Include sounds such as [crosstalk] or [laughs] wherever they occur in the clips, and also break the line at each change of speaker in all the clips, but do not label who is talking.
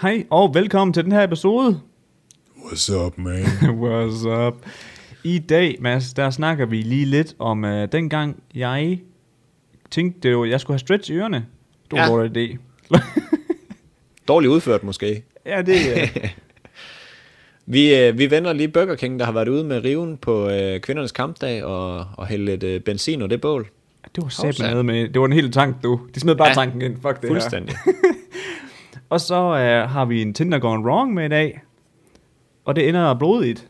Hej og velkommen til den her episode. [laughs]
What's up, man?
What's up? I dag, Mads, der snakker vi lige lidt om uh, dengang jeg tænkte, at jeg skulle have stretch i ørerne. Det var
Ja.
en dårlig idé. [laughs]
Dårligt udført måske.
ja, det øh, er...
Vi, øh, vi vender lige Burger King, der har været ude med riven på øh, kvindernes kampdag og, og hælde lidt øh, benzin og det bål.
Det var
Hovsa.
sæt noget med... Det var en hel tank, du. De smed bare ja.
Ja.
tanken ind. Fuck det her.
Fuldstændig.
Og så uh, har vi en Tinder Gone Wrong med i dag. Og det ender blodigt.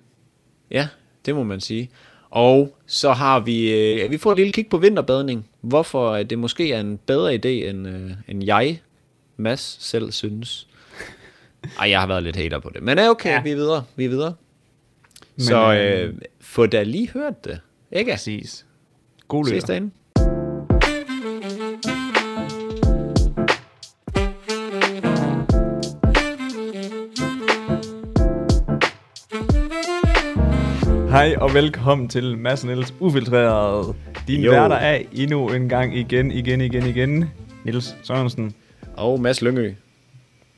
Ja, det må man sige. Og så har vi, øh, vi får et lille kig på vinterbadning. Hvorfor øh, det måske er en bedre idé, end, øh, end jeg, Mads, selv synes. Ej, jeg har været lidt hater på det. Men er okay,
Ja.
ja. vi er videre. Vi er videre.
Men,
Men, så
øh,
øh, få da lige hørt det. Ikke?
Præcis. God
Ses
lytter.
derinde.
Hej og velkommen til Mads og Niels Ufiltreret. Din
Jo.
værter er endnu en gang igen, igen, igen, igen. Niels Sørensen.
Og Mads Lyngø.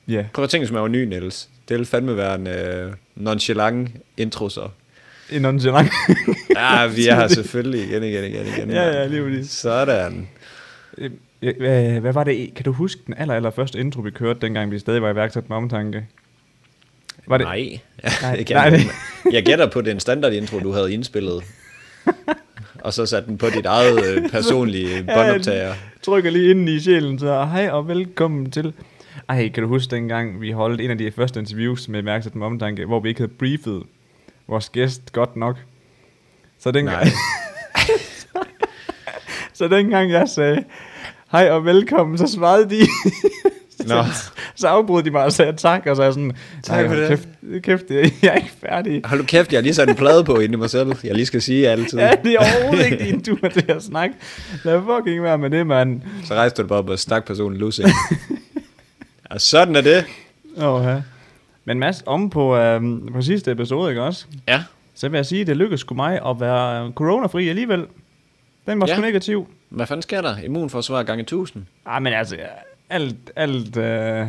Ja.
Prøv at tænke, som er jo ny, Niels. Det vil fandme være en øh, nonchalant
[laughs]
intro så.
En nonchalant.
[laughs] Ja, vi er her selvfølgelig igen, igen, igen, igen.
Ja, ja, lige præcis.
Sådan.
[laughs] Øh, hvad- Hvad var det? Kan du huske den aller, aller første intro, vi kørte, dengang vi stadig var i værksat med omtanke? Var det?
Nej. [laughs]
Nej,
Jeg,
nej,
nej,
det-
jeg gætter på, den standard intro, du havde indspillet. Og så satte den på dit eget øh, personlige båndoptager.
trykker lige ind i sjælen, så hej og velkommen til. Ej, kan du huske dengang, vi holdt en af de første interviews med Mærksat med Omtanke, hvor vi ikke havde briefet vores gæst godt nok. Så dengang...
Nej.
[laughs] så dengang jeg sagde, hej og velkommen, så svarede de...
Nå.
[laughs] så afbrød de mig og sagde tak, og så er jeg sådan...
Tak
"Ej,
for
hold
det."
Kæft, kæft, jeg er ikke færdig.
Hold nu kæft, jeg har lige sat en plade på inde i mig selv. Jeg lige skal sige altid.
Ja, det er overhovedet ikke din tur til at snakke. Lad fucking være med det, mand.
Så rejste du dig bare op og stak personen lussing.
[laughs]
Og sådan er det.
Åh, ja. Men Mads, om på, øh, på sidste episode, ikke også?
Ja.
Så vil jeg sige, at det lykkedes sgu mig at være øh, coronafri alligevel. Den var ja.
Ja.
sgu negativ.
Hvad fanden sker der? Immunforsvar gange 1000.
Ah, men altså, ja, alt, alt, øh, den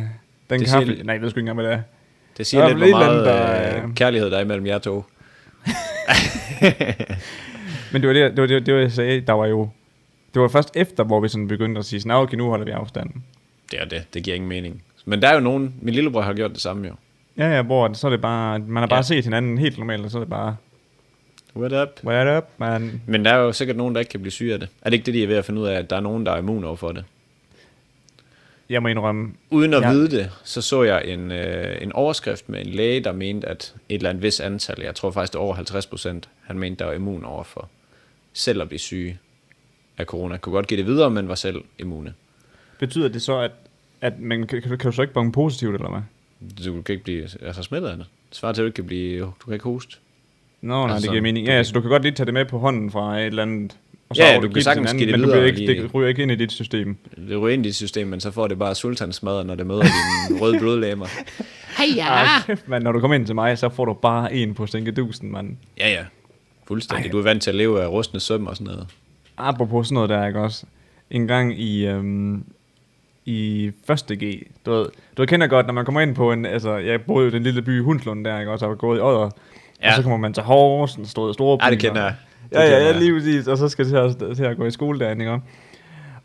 siger
kaffe...
lidt-
Nej, jeg ved sgu ikke engang, hvad det er.
Det
Der
siger
er
lidt,
vel
hvor
et eller
meget
andet, der-
øh, kærlighed der er imellem jer to.
Men det var det, det, var, det, var, det var, jeg sagde, der var jo... Det var først efter, hvor vi sådan begyndte at sige, sådan, "Nå, okay, nu holder vi afstanden.
Det er det. Det giver ingen mening. Men der er jo nogen... Min lillebror har gjort det samme jo.
Ja, ja, hvor så er det bare, man har bare ja.
Ja.
set hinanden helt normalt, og så er det bare,
What up?
what up, man?
Men der er jo sikkert nogen, der ikke kan blive syge af det. Er det ikke det, de er ved at finde ud af, at der er nogen, der er immun over for det?
Jeg må indrømme,
Uden at
Ja.
ja. vide det, så så jeg en, øh, en overskrift med en læge, der mente, at et eller andet vis antal, jeg tror faktisk det er over 50 procent, han mente, der var immun over for selv at blive syge af corona. Kunne godt give det videre, men var selv immune.
betyder det så, at, at man, kan, kan, du- kan du så ikke bonge positivt, eller hvad?
Du kan ikke blive altså, smittet af det. Svar til, at du ikke kan, blive, du kan ikke hoste.
Nå, nej, altså,
Altså,
det giver mening.
du
Ja,
kan-
så du kan godt lige tage det med på hånden fra et eller andet. Og
Ja,
over-
du
give
kan
til
sagtens
hinanden,
give det
men du
videre
ikke,
lige-
det ryger ikke ind i dit system.
Det ryger ind i dit system, men så får det bare sultansmadder, når det møder
[laughs]
dine røde blodlægmer.
Ja. Men når du kommer ind til mig, så får du bare en på stinkedusen, mand.
Ja, ja. Fuldstændig. Du er vant til at leve af rustne søm og sådan noget.
Apropos sådan noget der, ikke også? En gang i, øhm, i 1.G, du ved, du kender godt, når man kommer ind på en, altså, jeg boede jo i den lille by Hundslund der, ikke også, og var gået i Odder, ja.
Ja.
og så kommer man til Horsens, store, store
Ej, det kender jeg. Det
Ja, ja,
kender
ja,
jeg.
lige præcis, og så skal jeg til at, til at gå i skole derinde, ikke også?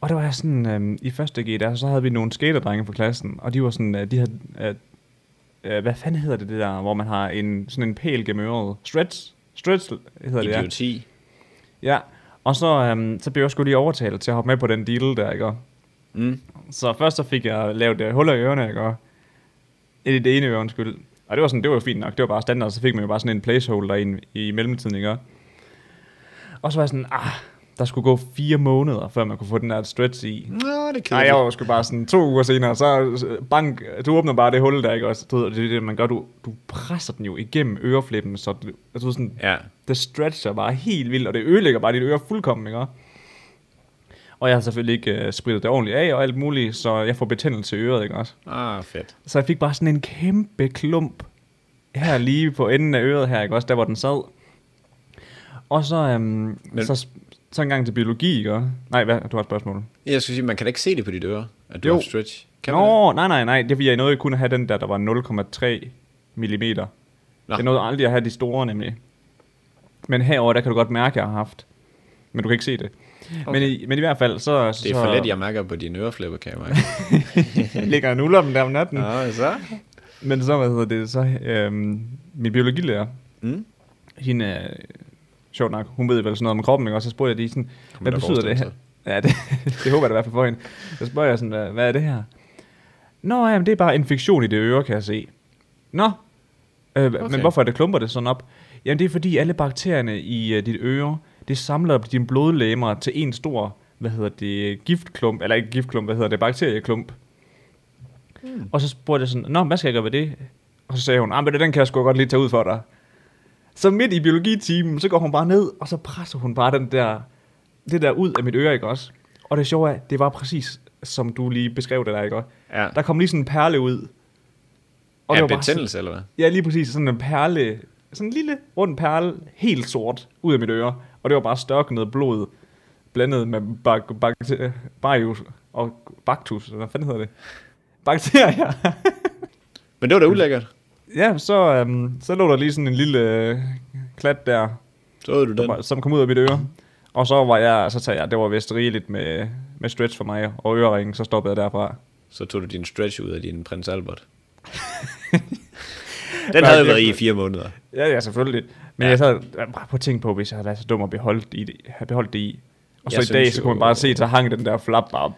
Og der var jeg sådan, øhm, i 1.G der, så havde vi nogle skaterdrenge fra klassen, og de var sådan, øh, de havde, øh, øh, hvad fanden hedder det det der, hvor man har en, sådan en pæl gennem øret? Stretch? Stretch hedder det, ja.
Idioti.
Ja, og så, øhm, så blev jeg sgu lige overtalt til at hoppe med på den deal der, ikke? Og
Mm.
Så først så fik jeg lavet det huller i ørerne, ikke? Og i det ene øre, undskyld. Og det var sådan, det var jo fint nok, det var bare standard, så fik man jo bare sådan en placeholder ind i mellemtiden, ikke? Og så var jeg sådan, ah, der skulle gå fire måneder, før man kunne få den der stretch i.
Nå, det er
Nej, jeg var sgu bare sådan to uger senere, så så bank, du åbner bare det hul der, ikke? Og så, du ved, det er det, man gør, du, du presser den jo igennem øreflippen, så du, jeg tror sådan,
Ja.
det stretcher bare helt vildt, og det ødelægger bare dit øre fuldkommen, ikke? Og jeg har selvfølgelig ikke øh, spritet det ordentligt af og alt muligt, så jeg får betændelse i øret, ikke også?
Ah, fedt.
Så jeg fik bare sådan en kæmpe klump her lige på enden af øret her, ikke også? Der hvor den sad. Og så, øhm,
Men-
så, så en gang til biologi, ikke? Nej, hvad, du har et spørgsmål.
Jeg skulle sige, man kan da ikke se det på dit øre, at du
Jo.
har stretch. Kan man det?
Nå, nej, nej, nej. Det er fordi, jeg nåede kun at have den der, der var 0,3 mm.
Nå.
Jeg nåede aldrig at have de store, nemlig. Men herover der kan du godt mærke, at jeg har haft. Men du kan ikke se det. Okay. Men, i, men i hvert fald, så,
det er for let, jeg mærker på dine øreflipper,
[laughs]
kan jeg mærke.
jeg [laughs] ligger og nuller dem der om natten. Ja.
Nå, så.
Men så, hvad hedder det, så øhm, min biologilærer,
Mm.
hende er sjovt nok, hun ved vel sådan noget om kroppen, ikke? og så spurgte jeg lige sådan, hvad
da
betyder det her?
forestille
Ja, det, [laughs] det håber jeg da i hvert fald for hende. Så spørger jeg sådan, hvad, hvad er det her? Nå, jamen, det er bare infektion i det øre, kan jeg se. Nå, øh, okay. men
Okay.
hvorfor er det klumper det sådan op? Jamen, det er fordi alle bakterierne i øh, dit øre, det samler op i dine blodlæmer til en stor, hvad hedder det, giftklump, eller ikke giftklump, hvad hedder det, bakterieklump. Mm. Og så spurgte jeg sådan, nå, hvad skal jeg gøre ved det? Og så sagde hun, ah, men det, den kan jeg sgu godt lige tage ud for dig. Så midt i biologitimen, så går hun bare ned, og så presser hun bare den der, det der ud af mit øre, ikke også? Og det sjove er, det var præcis, som du lige beskrev det der, ikke også?
Ja.
Der kom lige sådan en perle ud.
Og
det
ja,
var bare
betændelse, eller hvad?
sådan- Ja, lige præcis. Sådan en perle, sådan en lille rund perle, helt sort, ud af mit øre. Og det var bare størknet blod, blandet med bak, bak, barius og baktus, eller hvad fanden hedder det? Bakterier.
Men det var da ulækkert.
[laughs] ja, så, øhm, så lå der lige sådan en lille øh, klat der,
Så havde du den.
var- som kom ud af mit øre. Og så var jeg, så sagde jeg, det var vist rigeligt med, med stretch for mig, og øreringen, så stoppede jeg derfra.
Så tog du din stretch ud af din
[laughs]
prins Albert.
Nej,
den havde
det-
været i i fire måneder.
Ja, ja, selvfølgelig. Men ja. jeg sad jeg bare på at tænke på, hvis jeg havde været så dum at beholde det i. Det, have beholdt det i. Og så
Jeg
i dag,
synes
så kunne man
jo-
bare se, så hang den der flap bare.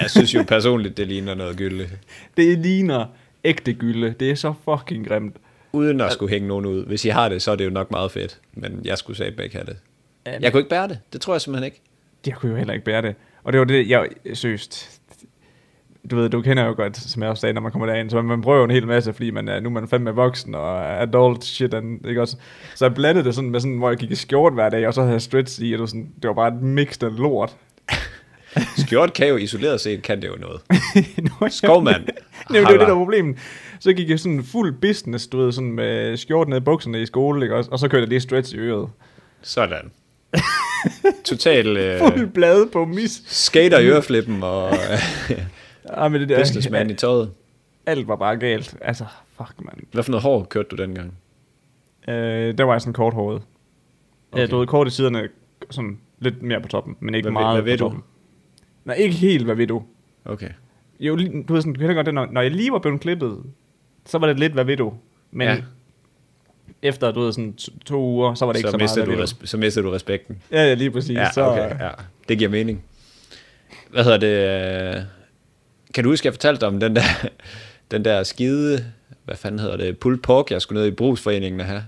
Jeg synes jo personligt, det ligner noget gylde.
Det ligner ægte gylde. Det er så fucking grimt.
Uden at skulle hænge nogen ud. Hvis I har det, så er det jo nok meget fedt. Men jeg skulle sagde ikke have det. Jeg kunne ikke bære det. Det tror jeg simpelthen ikke.
Jeg kunne jo heller ikke bære det. Og det var det, jeg søst. Du ved, du kender jo godt, som jeg også sagde, når man kommer derind, så man, man prøver jo en hel masse, fordi man er, nu er man fandme voksen og adult shit, and, ikke også? Så jeg blandede det sådan med sådan, hvor jeg gik i skjort hver dag, og så havde jeg stretch i, og det var, sådan, det var bare et mix af lort.
Skjort kan jo isoleret set, kan det jo noget.
[laughs] Nå, ja. [laughs] Jamen,
Skovmand.
det var det, der
Harla.
var problemet. Så gik jeg sådan fuld business, du ved, sådan med skjorten ned i bukserne i skole, ikke? også? Og så kørte jeg lige stretch i øret.
Sådan. Total øh,
Fuld blade på mis.
skater i øreflippen og øh,
Ah, men det der,
businessman i tøjet.
[laughs] Alt var bare galt. Altså, fuck, mand.
Hvad for noget hår kørte du dengang?
Øh, der var jeg sådan kort håret. Okay.
Okay.
Du ved, kort i siderne, sådan lidt mere på toppen, men ikke
Hvad ved-
meget
hvad ved
på
du?
toppen. Nej, ikke helt, hvad ved du?
Okay.
Jo, lige- du ved sådan, du kender godt det, når, når jeg lige var blevet klippet, så var det lidt, hvad ved du? Men ja.
Ja.
efter, du ved, sådan to, to uger, så var det ikke så,
Så,
meget,
mister
hvad
du,
ved du?
res- så mister du respekten.
Ja, ja, lige præcis.
Ja,
så,
okay, ja. Det giver mening. Hvad hedder det? øh, Kan du huske, jeg fortalte dig om den der, [laughs] den der skide, hvad fanden hedder det, pulled pork, jeg skulle ned i brugsforeningen at have?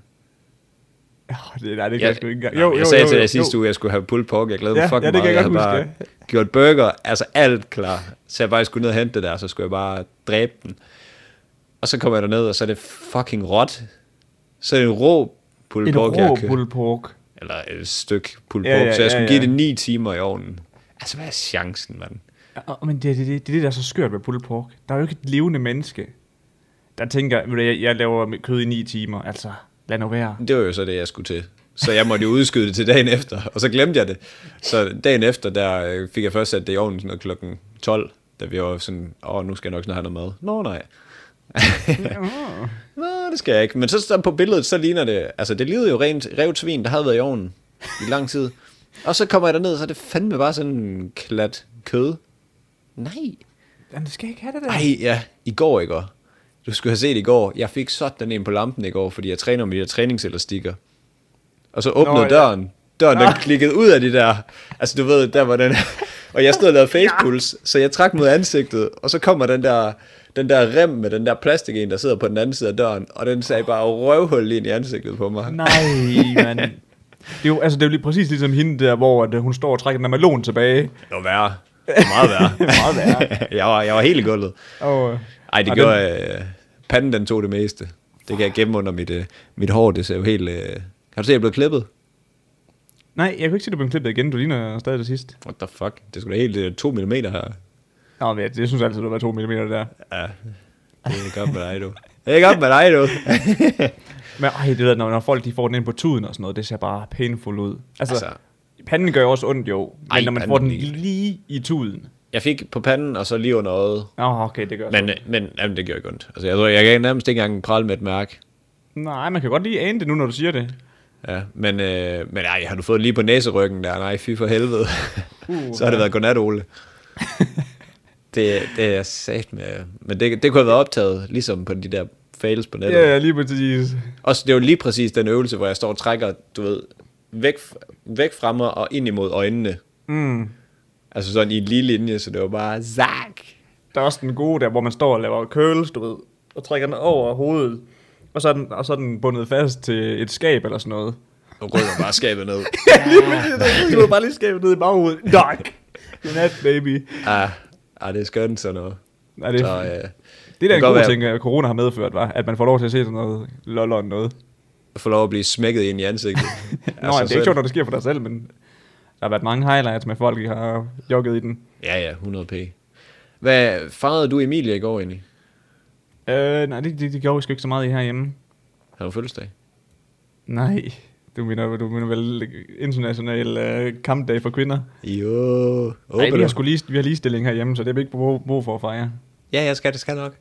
Åh, det, nej, det kan jeg,
Jeg,
jeg sgu ikke engang.
jo, jeg sagde til dig sidste uge, at jeg skulle have pulled pork. Jeg glæder mig
Ja,
fucking
ja, det kan
meget.
jeg
havde
godt
bare
huske,
gjort burger, altså alt klar. Så jeg bare skulle ned og hente det der, så skulle jeg bare dræbe den. Og så kommer jeg derned, og så er det fucking råt. Så er det en rå pulled
En
pork, jeg
rå
købte.
pulled pork.
eller et stykke pulled
Ja,
pork, ja,
ja,
ja, så jeg skulle
ja,
ja, ja.
ja.
give det 9 timer i ovnen. Altså, hvad er chancen, mand?
Ja, men det, det, det, det er det, der er så skørt ved pulled pork. Der er jo ikke et levende menneske, der tænker, ved du, jeg, jeg laver mit kød i 9 timer. Altså, lad nu være.
Det var jo så det, jeg skulle til. Så jeg måtte jo udskyde det til dagen efter, og så glemte jeg det. Så dagen efter, der øh, fik jeg først sat det i ovnen sådan noget klokken 12, da vi var sådan, åh, nu skal jeg nok snart have noget mad. Nå, nej. Nå, det skal jeg ikke. Men så, så på billedet, så ligner det, altså det lignede jo rent revet svin, der havde været i ovnen i lang tid. Og så kommer jeg derned, så er det fandme bare sådan en klat kød. Nej,
Jamen, det skal jeg ikke have det der.
Ej, ja, i går, ikke? også? Du skulle have set i går. Jeg fik sådan en på lampen i går, fordi jeg træner med de der træningselastikker. Og så åbnede
ja.
Nå, døren. Døren, den klikkede ud af de der... Altså, du ved, der var den... Og jeg stod og lavede
[laughs]
facepulse, så jeg trak mod ansigtet, og så kommer den der, den der rem med den der plastik en, der sidder på den anden side af døren, og den sagde bare røvhul ind i ansigtet på mig.
Nej, mand.
[laughs]
Det er jo, altså, det er jo lige præcis ligesom hende der, hvor at, øh, hun står og trækker den der melon tilbage.
Det var værre. Det var meget værre.
[laughs] Meget værre.
[laughs] jeg, var, jeg var helt i gulvet.
Og, øh,
Ej, det
og
gjorde
den-
den... øh, Panden, den tog det meste. Det kan jeg gemme under mit, øh, mit hår. Det ser jo helt... Øh... Kan du se, jeg er blevet klippet?
Nej, jeg kunne ikke se, at du blev klippet igen. Du ligner stadig det sidste.
What the fuck? Det skulle da helt øh, 2 mm her.
Nå, men jeg, jeg synes altid, du var 2 mm der.
Ja, det er godt med dig, du. Det er godt med dig, du.
Men ej, det der, når, når folk de får den ind på tuden og sådan noget, det ser bare painful ud. Altså, altså
Altså,
Panden gør jo også ondt, jo. Men
Ej,
Ej, når man
panden
får den
ikke.
lige i tuden.
[laughs] Jeg fik på panden, og så lige under øjet.
Åh, oh, okay, det gør så.
Men, øh, men jamen, det gjorde ikke ondt. Altså, jeg, tror, jeg kan nærmest ikke engang prale med et mærke.
Nej, man kan godt lige ane det nu, når du siger det.
Ja, men, øh, men ej, har du fået det lige på næseryggen der? Nej, fy for helvede. Uh,
Uh,
[laughs] så har det
ja.
været
[laughs]
godnat, Ole. det, det er sat med. Men det, det kunne have været optaget, ligesom på de der fails på nettet.
Ja, ja, lige præcis.
Også, det er jo lige præcis den øvelse, hvor jeg står og trækker, du ved, væk, væk fra mig og ind imod øjnene.
Mm.
Altså sådan i en lige linje, så det var bare zak.
Der er også den gode der, hvor man står og laver curls, du ved, og trækker den over hovedet. Og så er den, og så er den bundet fast til et skab eller sådan noget.
Og rykker bare
[laughs]
skabet ned.
Du har bare lige skabet ned i baghovedet. Tak. Godnat, baby.
ah, ah, det er skønt sådan noget.
Nej, Ah, det,
Så, øh,
det er da
kan
en
godt
god
være-
ting, at corona har medført, var, at man får lov til at se sådan noget lollon noget.
jeg får lov at blive smækket ind i ansigtet.
[laughs] Nå, altså, det er ikke sjovt, når det sker for dig selv, men der har været mange highlights med folk, der har jogget i den.
Ja, ja, 100p. Hvad fejrede du Emilie i går egentlig?
Øh, nej, det, det, det gjorde vi sgu ikke så meget i herhjemme.
Havde hun fødselsdag?
Nej, du mener, du mener vel international øh, kampdag for kvinder?
Jo,
Nej,
håber
vi har,
du.
sgu lige, vi har ligestilling herhjemme, så det er vi ikke brug, brug for at
[laughs]
fejre.
Ja, jeg skal, det skal nok.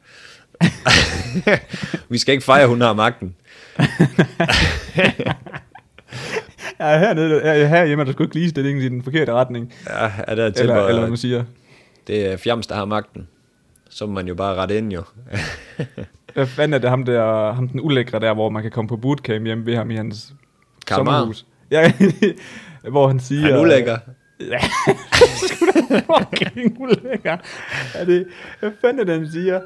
[laughs] vi skal ikke fejre, hun har magten.
Ja, hernede, her, herhjemme er der sgu ikke ligestilling i den forkerte retning.
[laughs] Ja, er der til,
Eller,
hvor-
eller hvad man siger.
Det er Fjams, der har magten. Så må man jo bare rette ind, jo.
Hvad fanden er det ham der, ham den ulækre der, hvor man kan komme på bootcamp hjemme ved ham i hans
Kammerat.
sommerhus? Ja, [laughs] hvor han siger...
Han er ulækker.
Ja, [laughs] sgu da fucking ulækker. Er det, hvad fanden er det, han siger?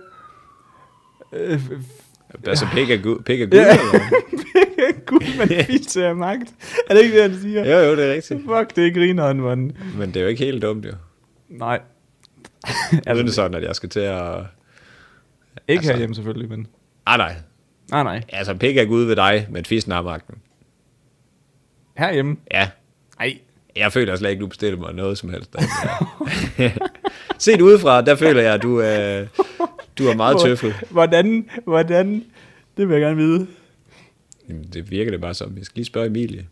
Øh, f- f- [laughs]
Altså, pik er gud, pik er gud,
Ja.
eller hvad?
Gud, man fiser af magt. Er det ikke det, han siger?
Jo, jo, det er rigtigt.
Fuck, det er grineren, mand.
Men det er jo ikke helt dumt, jo.
Nej.
[laughs] Altså,
altså,
det er sådan, at jeg skal til at...
ikke
altså-
herhjemme selvfølgelig, men...
Ah, nej.
Nej, nej.
Altså, pik er gud ved dig, men fissen har magten.
Herhjemme?
Ja,
Nej.
jeg føler slet ikke, du bestiller mig noget som helst. [laughs] Set udefra, der føler jeg, at du, øh, du er meget tøffel.
Hvordan, hvordan... Det vil jeg gerne vide.
Jamen, det virker det bare som. Jeg skal lige spørge Emilie.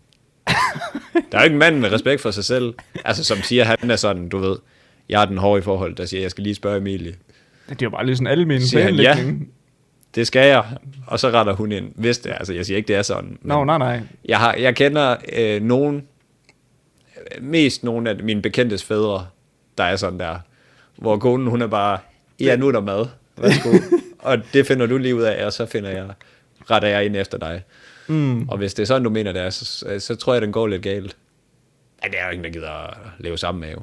Der er jo ikke en mand med respekt for sig selv, altså som siger, han er sådan, du ved, jeg er den hårde i forhold, der siger, jeg skal lige spørge Emilie.
Det er jo bare lige sådan alle mine
Siger han ja?
planlægning.
Det skal jeg. Og så retter hun ind, hvis det er. Altså, jeg siger ikke, det er sådan. men-
Nå, nej, nej.
Jeg, har, jeg kender øh, nogen, mest nogen af mine bekendtes fædre, der er sådan der, hvor konen hun er bare, ja nu er der mad, værsgo. og det finder du lige ud af, og så finder jeg, retter jeg ind efter dig. Mm. Og hvis det er sådan, du mener det er, så, så tror jeg, den går lidt galt. Ja, det er jo ingen, der gider at leve sammen med jo.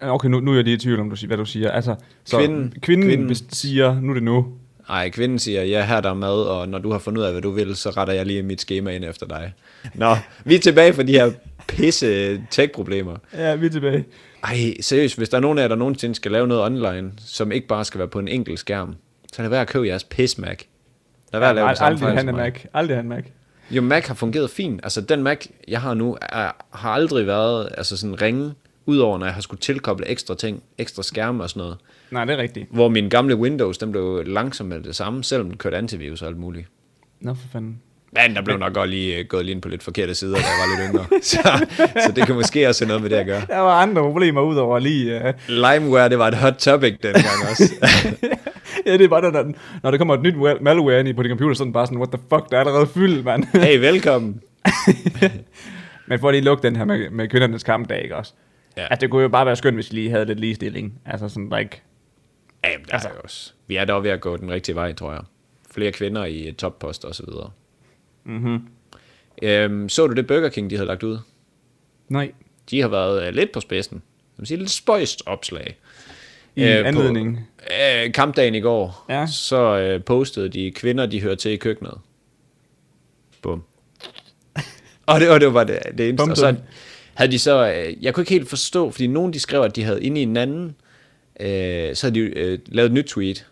Okay, nu, nu er jeg lige i tvivl om, du, sig- hvad du siger. Altså, så
Kvinden-
kvinden, kvinden,
kvinden-
kvinden. siger, nu er det nu.
Ej, kvinden siger, ja, her er der mad, og når du har fundet ud af, hvad du vil, så retter jeg lige mit schema ind efter dig. Nå, vi er tilbage for de her pisse tech-problemer.
Ja, vi er tilbage.
Ej, seriøst, hvis der er nogen af jer, der nogensinde skal lave noget online, som ikke bare skal være på en enkelt skærm, så lad være at købe jeres pis Mac. Lad være at lave den samme
aldrig
fejl
han
som
er
mig.
Mac. Aldrig han er Mac.
Jo, Mac har fungeret fint. Altså, den Mac, jeg har nu, er, har aldrig været altså sådan ringe, udover når jeg har skulle tilkoble ekstra ting, ekstra skærme og sådan noget.
Nej, det er rigtigt.
Hvor min gamle Windows, den blev langsom med det samme, selvom den kørte antivirus og alt muligt.
Nå, for fanden.
Men der blev nok godt lige øh, gået lige ind på lidt forkerte sider, da jeg var lidt yngre. [laughs] Så, så det kan måske også have noget med det at
[laughs]
gøre.
Der var andre problemer udover lige... Uh...
LimeWare, det var et hot topic dengang også.
[laughs] ja, det er bare, når, der- når der kommer et nyt wa- malware ind i på din computer, så er den bare sådan, what the fuck, der er allerede fyldt, mand.
Hey, velkommen.
[laughs] Men for at lige lukke den her med, med kvindernes kampdag, ikke også?
Ja.
Ja. Altså, det kunne jo bare være skønt, hvis vi lige havde lidt ligestilling. Altså, sådan, der ikke...
Ja, [laughs] jamen, der altså, er jo også. Vi er dog ved at gå den rigtige vej, tror jeg. Flere kvinder i øh, topposter og så videre. Mm-hmm. Øhm, så du det Burger King, de havde lagt ud?
Nej.
De har været øh, lidt på spidsen. Jeg vil sige, lidt spøjst opslag.
I anledning.
På, øh, kampdagen i går,
Ja.
så øh, postede de kvinder, de hører til i køkkenet. Bum. [laughs] Og det, og det var det, det eneste.
Bum,
Og så
bum.
havde de så, øh, jeg kunne ikke helt forstå, fordi nogen de skrev, at de havde inde i en anden, øh, så havde de øh, lavet et nyt tweet,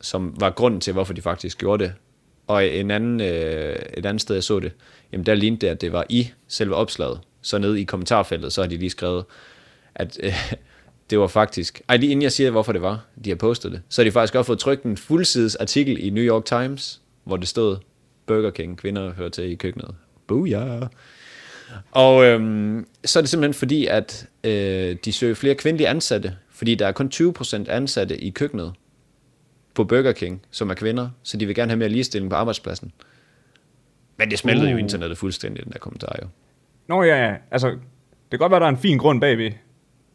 som var grunden til, hvorfor de faktisk gjorde det. Og en anden, øh, et andet sted, jeg så det, jamen der lignede det, at det var i selve opslaget. Så nede i kommentarfeltet, så har de lige skrevet, at øh, [laughs] det var faktisk... Ej, lige inden jeg siger, hvorfor det var, de har postet det, så har de faktisk også fået trykt en fuldsides artikel i New York Times, hvor det stod, Burger King, kvinder hører til i køkkenet. Booyah! Og øhm, så er det simpelthen fordi, at øh, de søger flere kvindelige ansatte, fordi der er kun 20% ansatte i køkkenet på Burger King, som er kvinder, så de vil gerne have mere ligestilling på arbejdspladsen. Men det smeltede uh. jo internettet fuldstændig, den der kommentar jo.
Nå ja, ja, altså, det kan godt være, der er en fin grund bagved.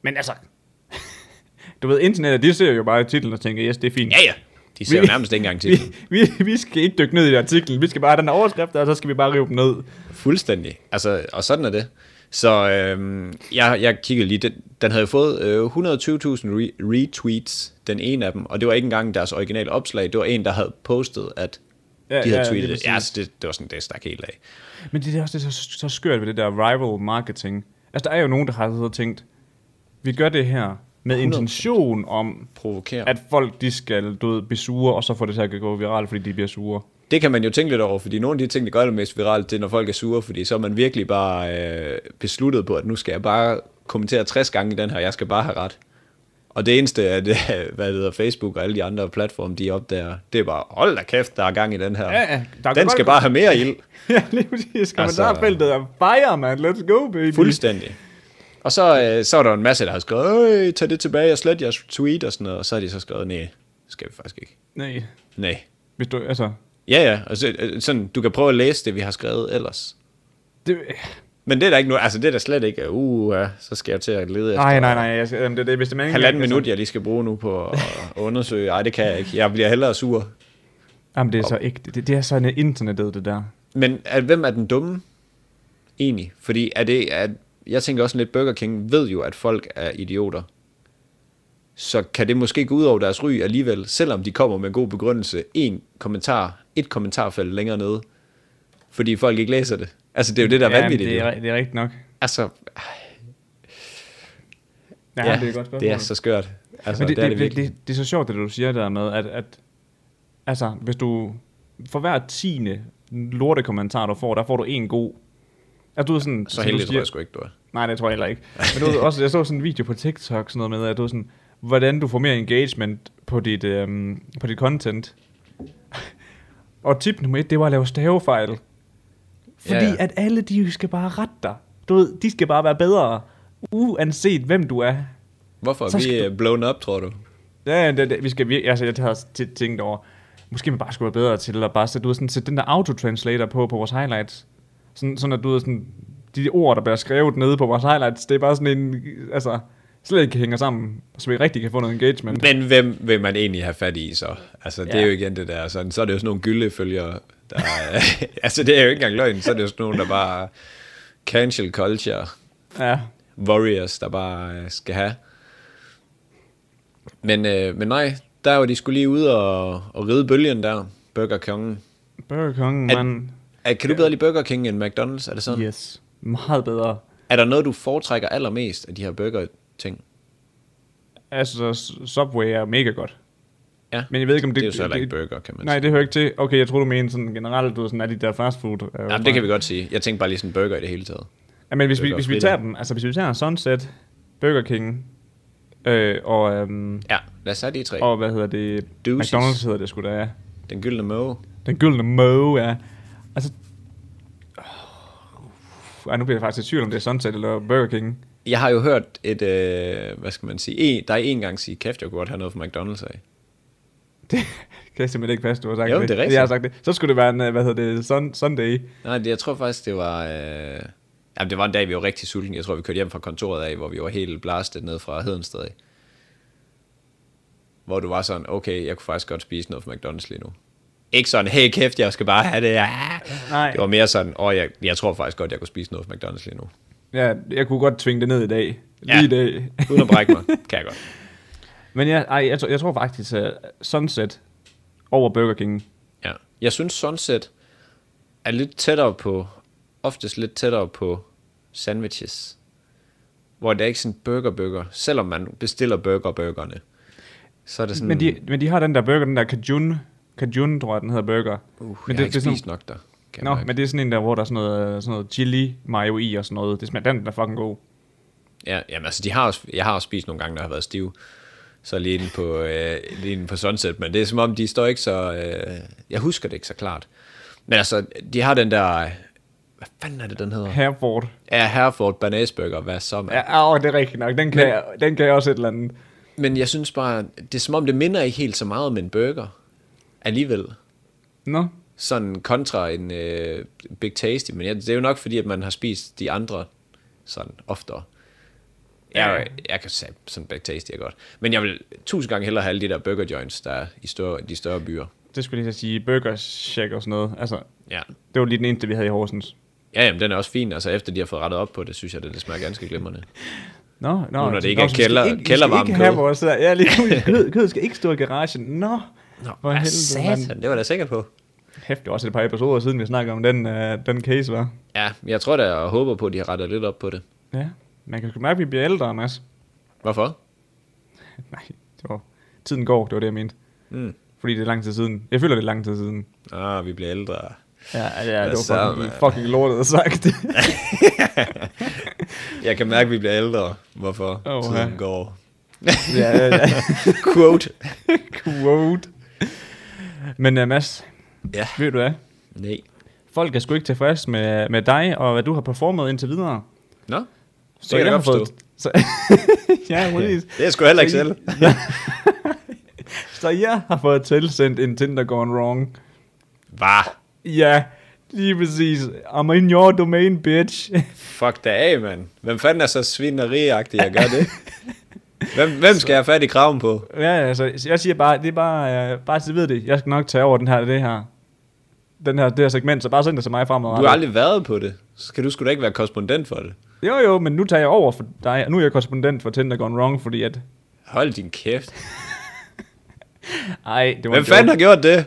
Men altså, [laughs] du ved, internettet, de ser jo bare titlen og tænker, yes, det er fint.
Ja, ja. De ser jo nærmest ikke engang til.
vi, vi, vi skal ikke dykke ned i artiklen. Vi skal bare have den her overskrift, og så skal vi bare rive dem ned.
Fuldstændig. Altså, og sådan er det. Så øhm, jeg, jeg kiggede lige, den, den havde fået øh, 120.000 re- retweets, den ene af dem, og det var ikke engang deres originale opslag, det var en, der havde postet, at ja, de havde ja,
lige
tweetet.
præcis.
Ja, altså, det, det var sådan, det stak helt af.
Men det er også det, er så, så skørt ved det der rival marketing. Altså, der er jo nogen, der har siddet og tænkt, vi gør det her med
100%.
intention om,
Provokere.
at folk de skal du ved, blive sure, og så får det til at gå viralt, fordi de bliver sure.
Det kan man jo tænke lidt over, fordi nogle af de ting, der gør det mest viralt, det er, når folk er sure, fordi så er man virkelig bare øh, besluttet på, at nu skal jeg bare kommentere 60 gange i den her, jeg skal bare have ret. Og det eneste, at, øh, hvad det hedder, Facebook og alle de andre platforme, de opdager, det er bare, hold da kæft, der er gang i den her.
Ja, ja, der er
den
godt-
skal bare have mere ild,
[laughs] ja, lige præcis.
Altså-
Kommentarfeltet er fire, man. Let's go, baby.
fuldstændig. Og så, øh, så er der en masse, der har skrevet, øh, tag det tilbage og slet jeres tweet og sådan noget, og så har de så skrevet, nej, det skal vi faktisk ikke.
Nej.
Nej.
Hvis du, altså,
Ja, ja, og så, øh, sådan, du kan prøve at læse det, vi har skrevet ellers.
det,
Men det er der ikke nu, altså det er der slet ikke, uh, uh så skal jeg til at lede efter
nej, nej, nej. Jeg, skal- jamen, det, det, hvis det er meningen,
halvanden
jeg-
minut, jeg lige skal bruge nu på at [laughs] at undersøge. Ej, det kan jeg ikke. Jeg bliver hellere sur.
Jamen, det er så ikke, det, det er sådan et internettet, det der.
Men er, hvem er den dumme egentlig? Fordi er det, at jeg tænker også lidt, Burger King ved jo, at folk er idioter. Så kan det måske gå ud over deres ry alligevel, selvom de kommer med en god begrundelse. En kommentar, et kommentarfelt længere nede. Fordi folk ikke læser det. Altså, det er jo det, der er
Jamen,
vanvittigt.
det
jo.
er, ri- det er rigtigt nok.
Altså,
Ja,
ja,
det er et godt spørgsmål.
det er så skørt. Altså,
Men det,
det, er det,
det,
virkelig.
det, det er så sjovt, det du siger der med, at, at altså, hvis du for hver tiende lorte kommentar, du får, der får du en god. Altså, du er sådan,
Så
som
heldig
du
tror jeg sgu ikke, du er.
Nej, det tror jeg heller ikke. Men du ved, også, jeg så sådan en video på TikTok, sådan noget med, at du ved sådan, hvordan du får mere engagement på dit, øhm, på dit content. Og tip nummer et, det var at lave stavefejl. Fordi
Ja,
ja,
ja.
ja. at alle, de skal bare rette dig. Du ved, de skal bare være bedre, uanset hvem du er.
Hvorfor er
Så
vi
skal
øh, blown up, tror du?
Ja, ja, det, det, vi skal virkelig, altså jeg har også tit tænkt over, måske man bare skulle være bedre til at bare sætte, du ved, sådan, sætte den der autotranslator på på vores highlights. Sådan, sådan at du ved, sådan, de ord, der bliver skrevet nede på vores highlights, det er bare sådan en, altså, slet ikke hænger sammen, så vi rigtig kan få noget engagement.
Men hvem vil man egentlig have fat i så? Altså, det er
Ja.
jo igen det der, sådan, så er det jo sådan nogle gyldefølgere, der er, [laughs] altså det er jo ikke engang løgn, så er det jo sådan nogle, der bare cancel culture
Ja,
warriors, der bare øh, skal have. Men, øh, men nej, der var de skulle lige ud og, og ride bølgen der, Burger King.
Burger King,
At-
man.
Er, kan du bedre lide Burger King end McDonald's? Er det sådan?
Yes, meget bedre.
Er der noget, du foretrækker allermest af de her burger-ting?
Altså, Subway er mega godt.
Ja,
Men jeg ved ikke, om det...
det er jo så heller ikke burger, kan man
Nej, det hører ikke til. Okay, jeg tror du mener sådan generelt, du ved, sådan, er de der fastfood. øh,
Jamen, det kan vi godt sige. Jeg tænkte bare lige sådan burger i det hele taget.
Ja, men hvis
Det er
vi,
godt
hvis vi
fedt,
tager
ja.
dem, altså hvis vi tager Sunset, Burger King, øh, og, øhm,
Ja, lad os have de tre. Og
og hvad hedder det,
Deuces.
McDonald's hedder det sgu da, ja.
den gyldne måge.
Den gyldne måge, ja. Altså, oh, ej, nu bliver jeg faktisk i tvivl, om det er Sunset eller Burger King. [laughs]
Jeg har jo hørt et, øh, hvad skal man sige, en, der er en gang sige, kæft, jeg kunne godt have noget fra McDonald's af.
Det kan jeg simpelthen ikke passe, du har sagt
Jo,
det.
det er rigtigt.
Jeg har sagt det. Så skulle det være en, øh, hvad hedder det, sun, Sunday.
Nej, det, jeg tror faktisk, det var... Øh, jamen, det var en dag, vi var rigtig sultne. Jeg tror, vi kørte hjem fra kontoret af, hvor vi var helt blastet ned fra Hedensted af. Hvor du var sådan, okay, jeg kunne faktisk godt spise noget fra McDonald's lige nu. Ikke sådan, hey kæft, jeg skal bare have det. Ah.
Nej.
Det var mere sådan, åh, jeg, jeg tror faktisk godt, jeg kunne spise noget fra McDonald's lige nu.
Ja, jeg kunne godt tvinge det ned i dag. Lige
Ja.
i dag. [laughs]
Uden at brække mig, kan jeg godt.
Men ja, ej, jeg, tror, jeg tror faktisk uh, Sunset over Burger King.
Ja. Jeg synes Sunset er lidt tættere på, oftest lidt tættere på sandwiches. Hvor det er ikke sådan burger-burger, selvom man bestiller burger-burgerne. Så er det sådan,
Men de, men de har den der burger, den der Kajun. Kajun, tror jeg, den hedder burger.
uh, men jeg
men
det, har ikke
det, er
spist
sådan,
nok der. Kan
Nå,
jeg mærke.
men det er sådan en der, hvor der er sådan noget, øh, sådan noget chili mayo i og sådan noget. Det smager, den er fucking god.
Ja, jamen, altså, de har også, jeg har også spist nogle gange, der har været stiv. Så lige inde på, øh, lige inde på Sunset, men det er som om, de står ikke så... Øh, jeg husker det ikke så klart. Men altså, de har den der... Hvad fanden er det, den hedder?
Herford.
Ja, Herford Banæsburger, hvad så, man?
Ja, au, det er rigtigt nok. Den kan, jeg, den kan jeg også et eller andet.
Men jeg synes bare, det er som om, det minder ikke helt så meget om en burger. Alligevel.
Nå,
Sådan kontra en øh, Big Tasty. Men ja, det er jo nok fordi, at man har spist de andre sådan oftere. Jeg, jeg kan sige, sådan Big Tasty er godt. Men jeg vil tusind gange hellere have alle de der burger joints, der er i større, de større byer.
det skulle jeg lige så sige. Burger Shack og sådan noget. Altså,
Ja.
det var lige den eneste, vi havde i Horsens.
Ja, jamen, den er også fin. Altså, efter de har fået rettet op på det, synes jeg, det, det smager ganske glimrende.
Nå, nå,
når det
så-
ikke er
så vi skal
kælder-
ikke- vi
kældervarmt
skal ikke have
kød.
vores... Ja, lige
[laughs]
nu, kød, kød skal ikke stå i garagen. Nå,
Nå,
for
hvad
helvede, mand.
satan, det var jeg da sikker på.
Hæft, det er også et par episoder siden, vi snakkede om den, uh, den case, var.
Ja, jeg tror da, og håber på, at de har rettet lidt op på det.
Ja, man kan sgu mærke, at vi bliver ældre, Mads. [laughs]
Hvorfor?
Nej, det var... Tiden går, det var det, jeg mente.
Mm.
Fordi det er lang tid siden. Jeg føler, det er lang tid siden.
Ah, vi bliver ældre.
Ja, ja det
Hvad
var
så,
fucking,
mand?
fucking lortet sagt.
Jeg kan mærke, at vi bliver ældre. Hvorfor?
Åh, ja.
går.
[laughs] ja, ja, ja.
Quote.
[laughs] Quote. Men uh, Mads,
Ja.
ved du hvad?
Nej.
Folk er sgu ikke tilfredse med, med dig og hvad du har performet indtil videre.
Nå,
Så
kan jeg
jeg har
godt forstå.
fået... Så, [laughs] ja, præcis.
det er sgu heller ikke
Så I- [laughs]
selv.
Så jeg har fået tilsendt en Tinder gone wrong.
Hvad?
Ja, lige præcis. I'm in your domain, bitch. [laughs]
Fuck da af, mand. Hvem fanden er så svineriagtig, jeg gør det? Hvem, hvem skal jeg have fat i kraven på?
ja, altså, jeg siger bare, det er bare, øh, bare så I ved det, jeg skal nok tage over den her, det her, den her, det her segment, så bare send det til mig fremadrettet.
Du har aldrig været på det. Så kan du sgu da ikke være korrespondent for det.
Jo, jo, men nu tager jeg over for dig, og nu er jeg korrespondent for Tinder Gone Wrong, fordi at...
Hold din kæft.
Ej, det var
Hvem
en joke.
fanden har gjort det?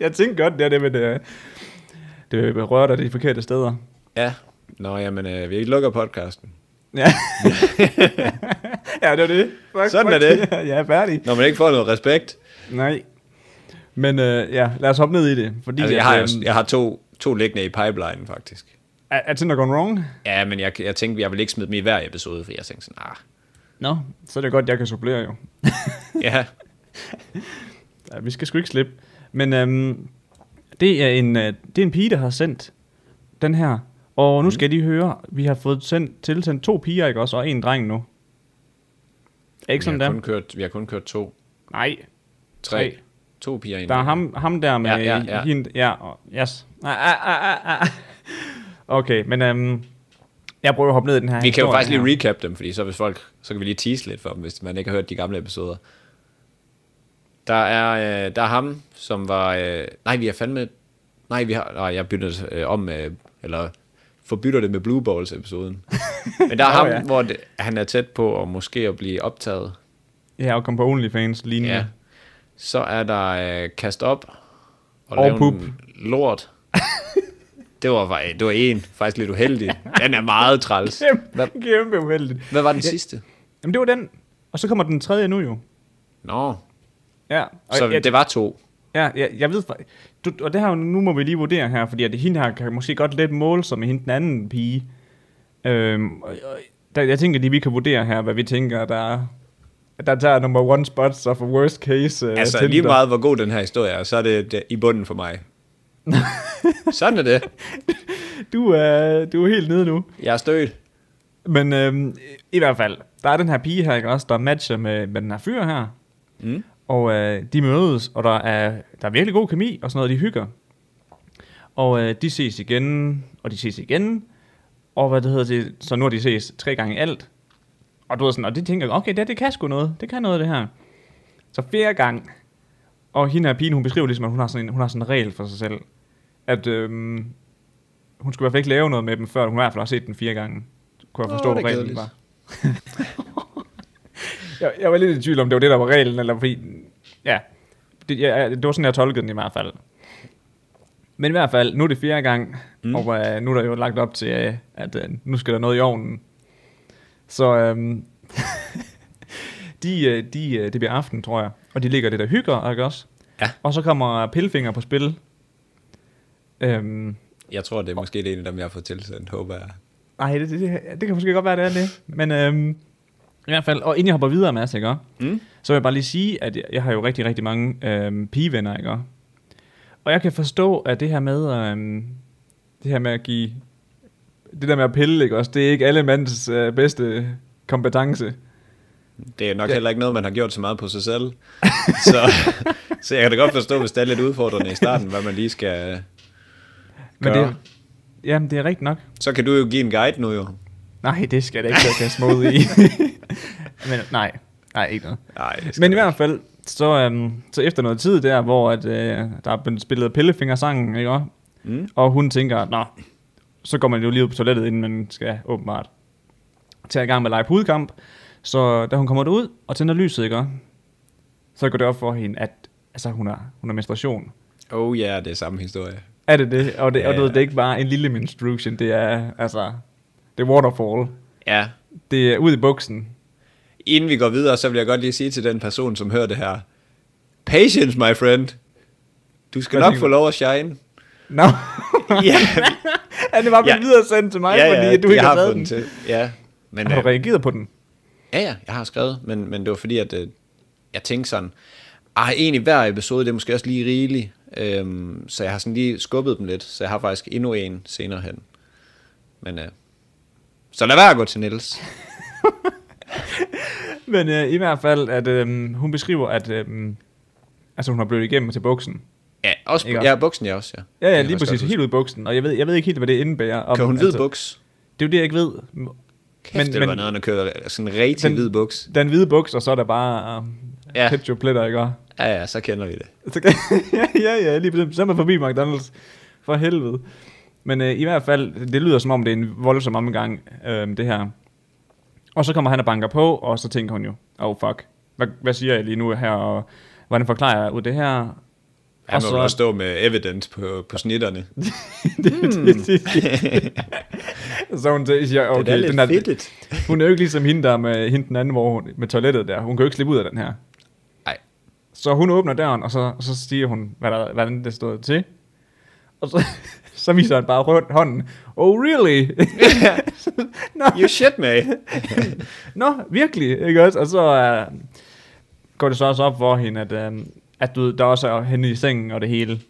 Jeg tænkte godt, det er det, men det, det berører dig de forkerte steder.
Ja. Nå, jamen, øh, vi lukker podcasten. [laughs]
Ja. ja, det var det. Fuck,
Sådan
fuck.
er
[laughs]
det.
Jeg er færdig.
Når man ikke får noget respekt.
Nej. Men øh, ja, lad os hoppe ned i det, fordi
Altså, jeg
at,
har,
øhm,
jo- jeg har to, to liggende i pipeline, faktisk.
er, er Tinder Gone Wrong?
Ja, men jeg, jeg tænkte, jeg ville ikke smide dem i hver episode, for jeg tænkte sådan, ah,
Nå. No. Så er det godt, jeg kan supplere jo.
ja.
Ja, vi skal sgu ikke slippe. Men øhm, det, er en, øh, det er en pige, der har sendt den her. Og nu skal de høre, vi har fået sendt, tilsendt to piger, ikke også? Og en dreng nu. Er ikke sådan
vi, har
der?
kun kørt, vi har kun kørt to,
Nej,
tre,
Tre.
to piger ind.
der er ham, ham der med...
Ja, ja, ja.
Hende, ja og, yes. Ah, ah, ah, ah, ah. Okay, men øhm, jeg prøver at hoppe ned i den her
Vi kan jo
historie
faktisk lige
her.
recap dem, fordi så hvis folk, så kan vi lige tease lidt for dem, hvis man ikke har hørt de gamle episoder. Der er, øh, der er ham, som var, øh, nej, vi har fandme, nej, vi har, nej, jeg bytter øh, om, øh, eller forbytter det med Blue
[laughs]
Balls episoden. Men der er
Nå,
ham,
ja.
hvor det, han er tæt på at måske at blive optaget.
Ja, og kom på OnlyFans lignende.
Ja.
Ja.
Så er der øh, kast op og,
Og
lave
pup.
en lort. det var fa- det var en faktisk lidt uheldig. Den er
[laughs]
meget træls. Hvad,
[laughs] Kæmpe, kæmpe uheldigt.
hvad var den sidste?
Jamen, det var den. Og så kommer den tredje nu jo.
Nå,
Ja, og
så
jeg,
det var to.
Ja, jeg, jeg ved fa- du, og det her, nu må vi lige vurdere her, fordi at hende her kan måske godt lidt måle sig med hende den anden pige. Øhm, og, og, der, jeg tænker lige, vi kan vurdere her, hvad vi tænker, der der tager number one spot, så for worst case uh,
Altså lige meget hvor god den her historie er, så er det det- i bunden for mig. Sådan er det.
Du er, du er helt nede nu.
Jeg er stødt.
Men øhm, i hvert fald, der er den her pige her, ikke også, der matcher med, med den her fyr her.
Mm.
Og øh, de mødes, og der er, der er virkelig god kemi og sådan noget, de hygger. Og øh, de ses igen, og de ses igen. Og hvad det hedder det, så nu har de ses tre gange alt. Og du ved sådan, og de tænker, okay, det, det kan sgu noget, det kan noget det her. Så fjerde gang, og hende her pigen, hun beskriver ligesom, at hun har sådan en, hun har sådan en regel for sig selv, at øhm, hun skulle i hvert fald ikke lave noget med dem, før hun i hvert fald har set den fire gange. Kunne jeg
Nå,
forstå,
det
hvad
er
reglen
kedeligt.
var. [laughs] jeg, jeg var lidt i tvivl om, det var det, der var reglen, eller fordi, ja, det, ja, det var sådan, jeg tolkede den i hvert fald. Men i hvert fald, nu er det fjerde gang, mm. og øh, nu er der jo lagt op til, øh, at øh, nu skal der noget i ovnen. Så øhm, de, øh, de, øh, det bliver aften, tror jeg. Og de ligger lidt og hygger, ikke også?
Ja.
Og så kommer pillefinger på spil. Øhm,
Jeg tror det er måske det er en af dem jeg har fået tilsendt, håber jeg.
nej, det, det, det, det kan måske godt være, det er det. Men øhm, i hvert fald, og inden jeg hopper videre, Mads, ikke også?
Mm.
Så vil jeg bare lige sige, at jeg, jeg har jo rigtig, rigtig mange øhm, pigevenner, ikke også? Og jeg kan forstå, at det her med, øhm, det her med at give... Det der med at pille, ikke også? Det er ikke alle mands øh, bedste kompetence.
Det er nok ja. heller ikke noget, man har gjort så meget på sig selv. [laughs] så, så jeg kan da godt forstå, hvis det er lidt udfordrende i starten, hvad man lige skal
Men
gøre.
det er, jamen, det er rigtigt nok.
Så kan du jo give en guide nu jo.
Nej, det skal jeg da ikke til at kaste mig ud
[laughs]
i. Men nej, nej, ikke noget.
Nej, det skal
Men i
du
hvert fald, så, øhm, så efter noget tid der, hvor at, øh, der er blevet spillet pillefingersangen, ikke også? Mm. Og hun tænker, nå, så går man jo lige ud på toilettet, inden man skal åbenbart tage i gang med at lege pudekamp. Så da hun kommer derud og tænder lyset, ikke også? Så går det op for hende, at altså, hun, har, hun har menstruation.
ikke. Oh ja, yeah, det er samme historie.
Er det det? Og det, og du
Ja.
ved, det er ikke bare en lille menstruation, det er, altså, det er waterfall.
Ja,
Det er ud i buksen.
inden vi går videre, så vil jeg godt lige sige til den person, som hører det her. Patience, my friend. Du skal
Hvad
nok
tænker
få
du?
lov at shine.
[laughs] Nå,
[laughs] ja,
er det bare blevet
Ja.
videre sendt til mig,
ja,
fordi
ja,
at du ikke
jeg
har
har
taget
fået
den.
den til. Ja, men,
Har
øh,
du reageret på den?
Ja, ja, jeg har skrevet, men, men det var fordi, at øh, jeg tænkte sådan, ah, egentlig hver episode, det er måske også lige rigeligt, øhm, så jeg har sådan lige skubbet dem lidt, så jeg har faktisk endnu en senere hen. Men, øh, så lad være at gå til Niels.
Men øh, i hvert fald, at øh, hun beskriver, at øh, altså, hun har blødt igennem til buksen.
Ja, også,
Ikke
ja, buksen jeg også, ja.
Ja,
Det
ja,
kan
lige
jeg faktisk
præcis.
godt huske.
Helt ud i buksen. Og jeg ved, jeg ved ikke helt, hvad det indebærer. Om, altså,
Kan hun hvid buks?
Det er jo det, jeg ikke ved.
Kæft, men, det var noget, der kører sådan en rigtig
den-
hvid buks.
den hvide buks, og så er der bare um, ja.
Ja.
ketchup-pletter, ikke? Og
Ja, ja, så kender vi det.
Så kan, [laughs] ja, ja, ja, lige præcis. Så er man forbi McDonald's. For helvede. Men øh, i hvert fald, det lyder som om, det er en voldsom omgang, øh, det her. Og så kommer han og banker på, og så tænker hun jo, oh fuck, hvad, hvad siger jeg lige nu her, og hvordan forklarer jeg ud det her?
Han må
så-
jo også stå med evidence på, på snitterne.
[laughs] det, det, det,
Hmm.
det. så hun t- siger, okay, den er,
fedtet.
hun er jo ikke ligesom hende, der er med hende den anden, hvor hun, med toilettet der. Hun kan jo ikke slippe ud af den her.
Nej.
Så hun åbner døren, og så, og så siger hun, hvad der, hvordan det stod til. Og så, [laughs] så viser han bare rundt hånden. Oh, really? [laughs] Nå,
You
[laughs]
shit, me.
nå, virkelig, ikke også? Og så uh, går det så også op for hende, at, uh, at du, ved, der også er hende i sengen og det hele.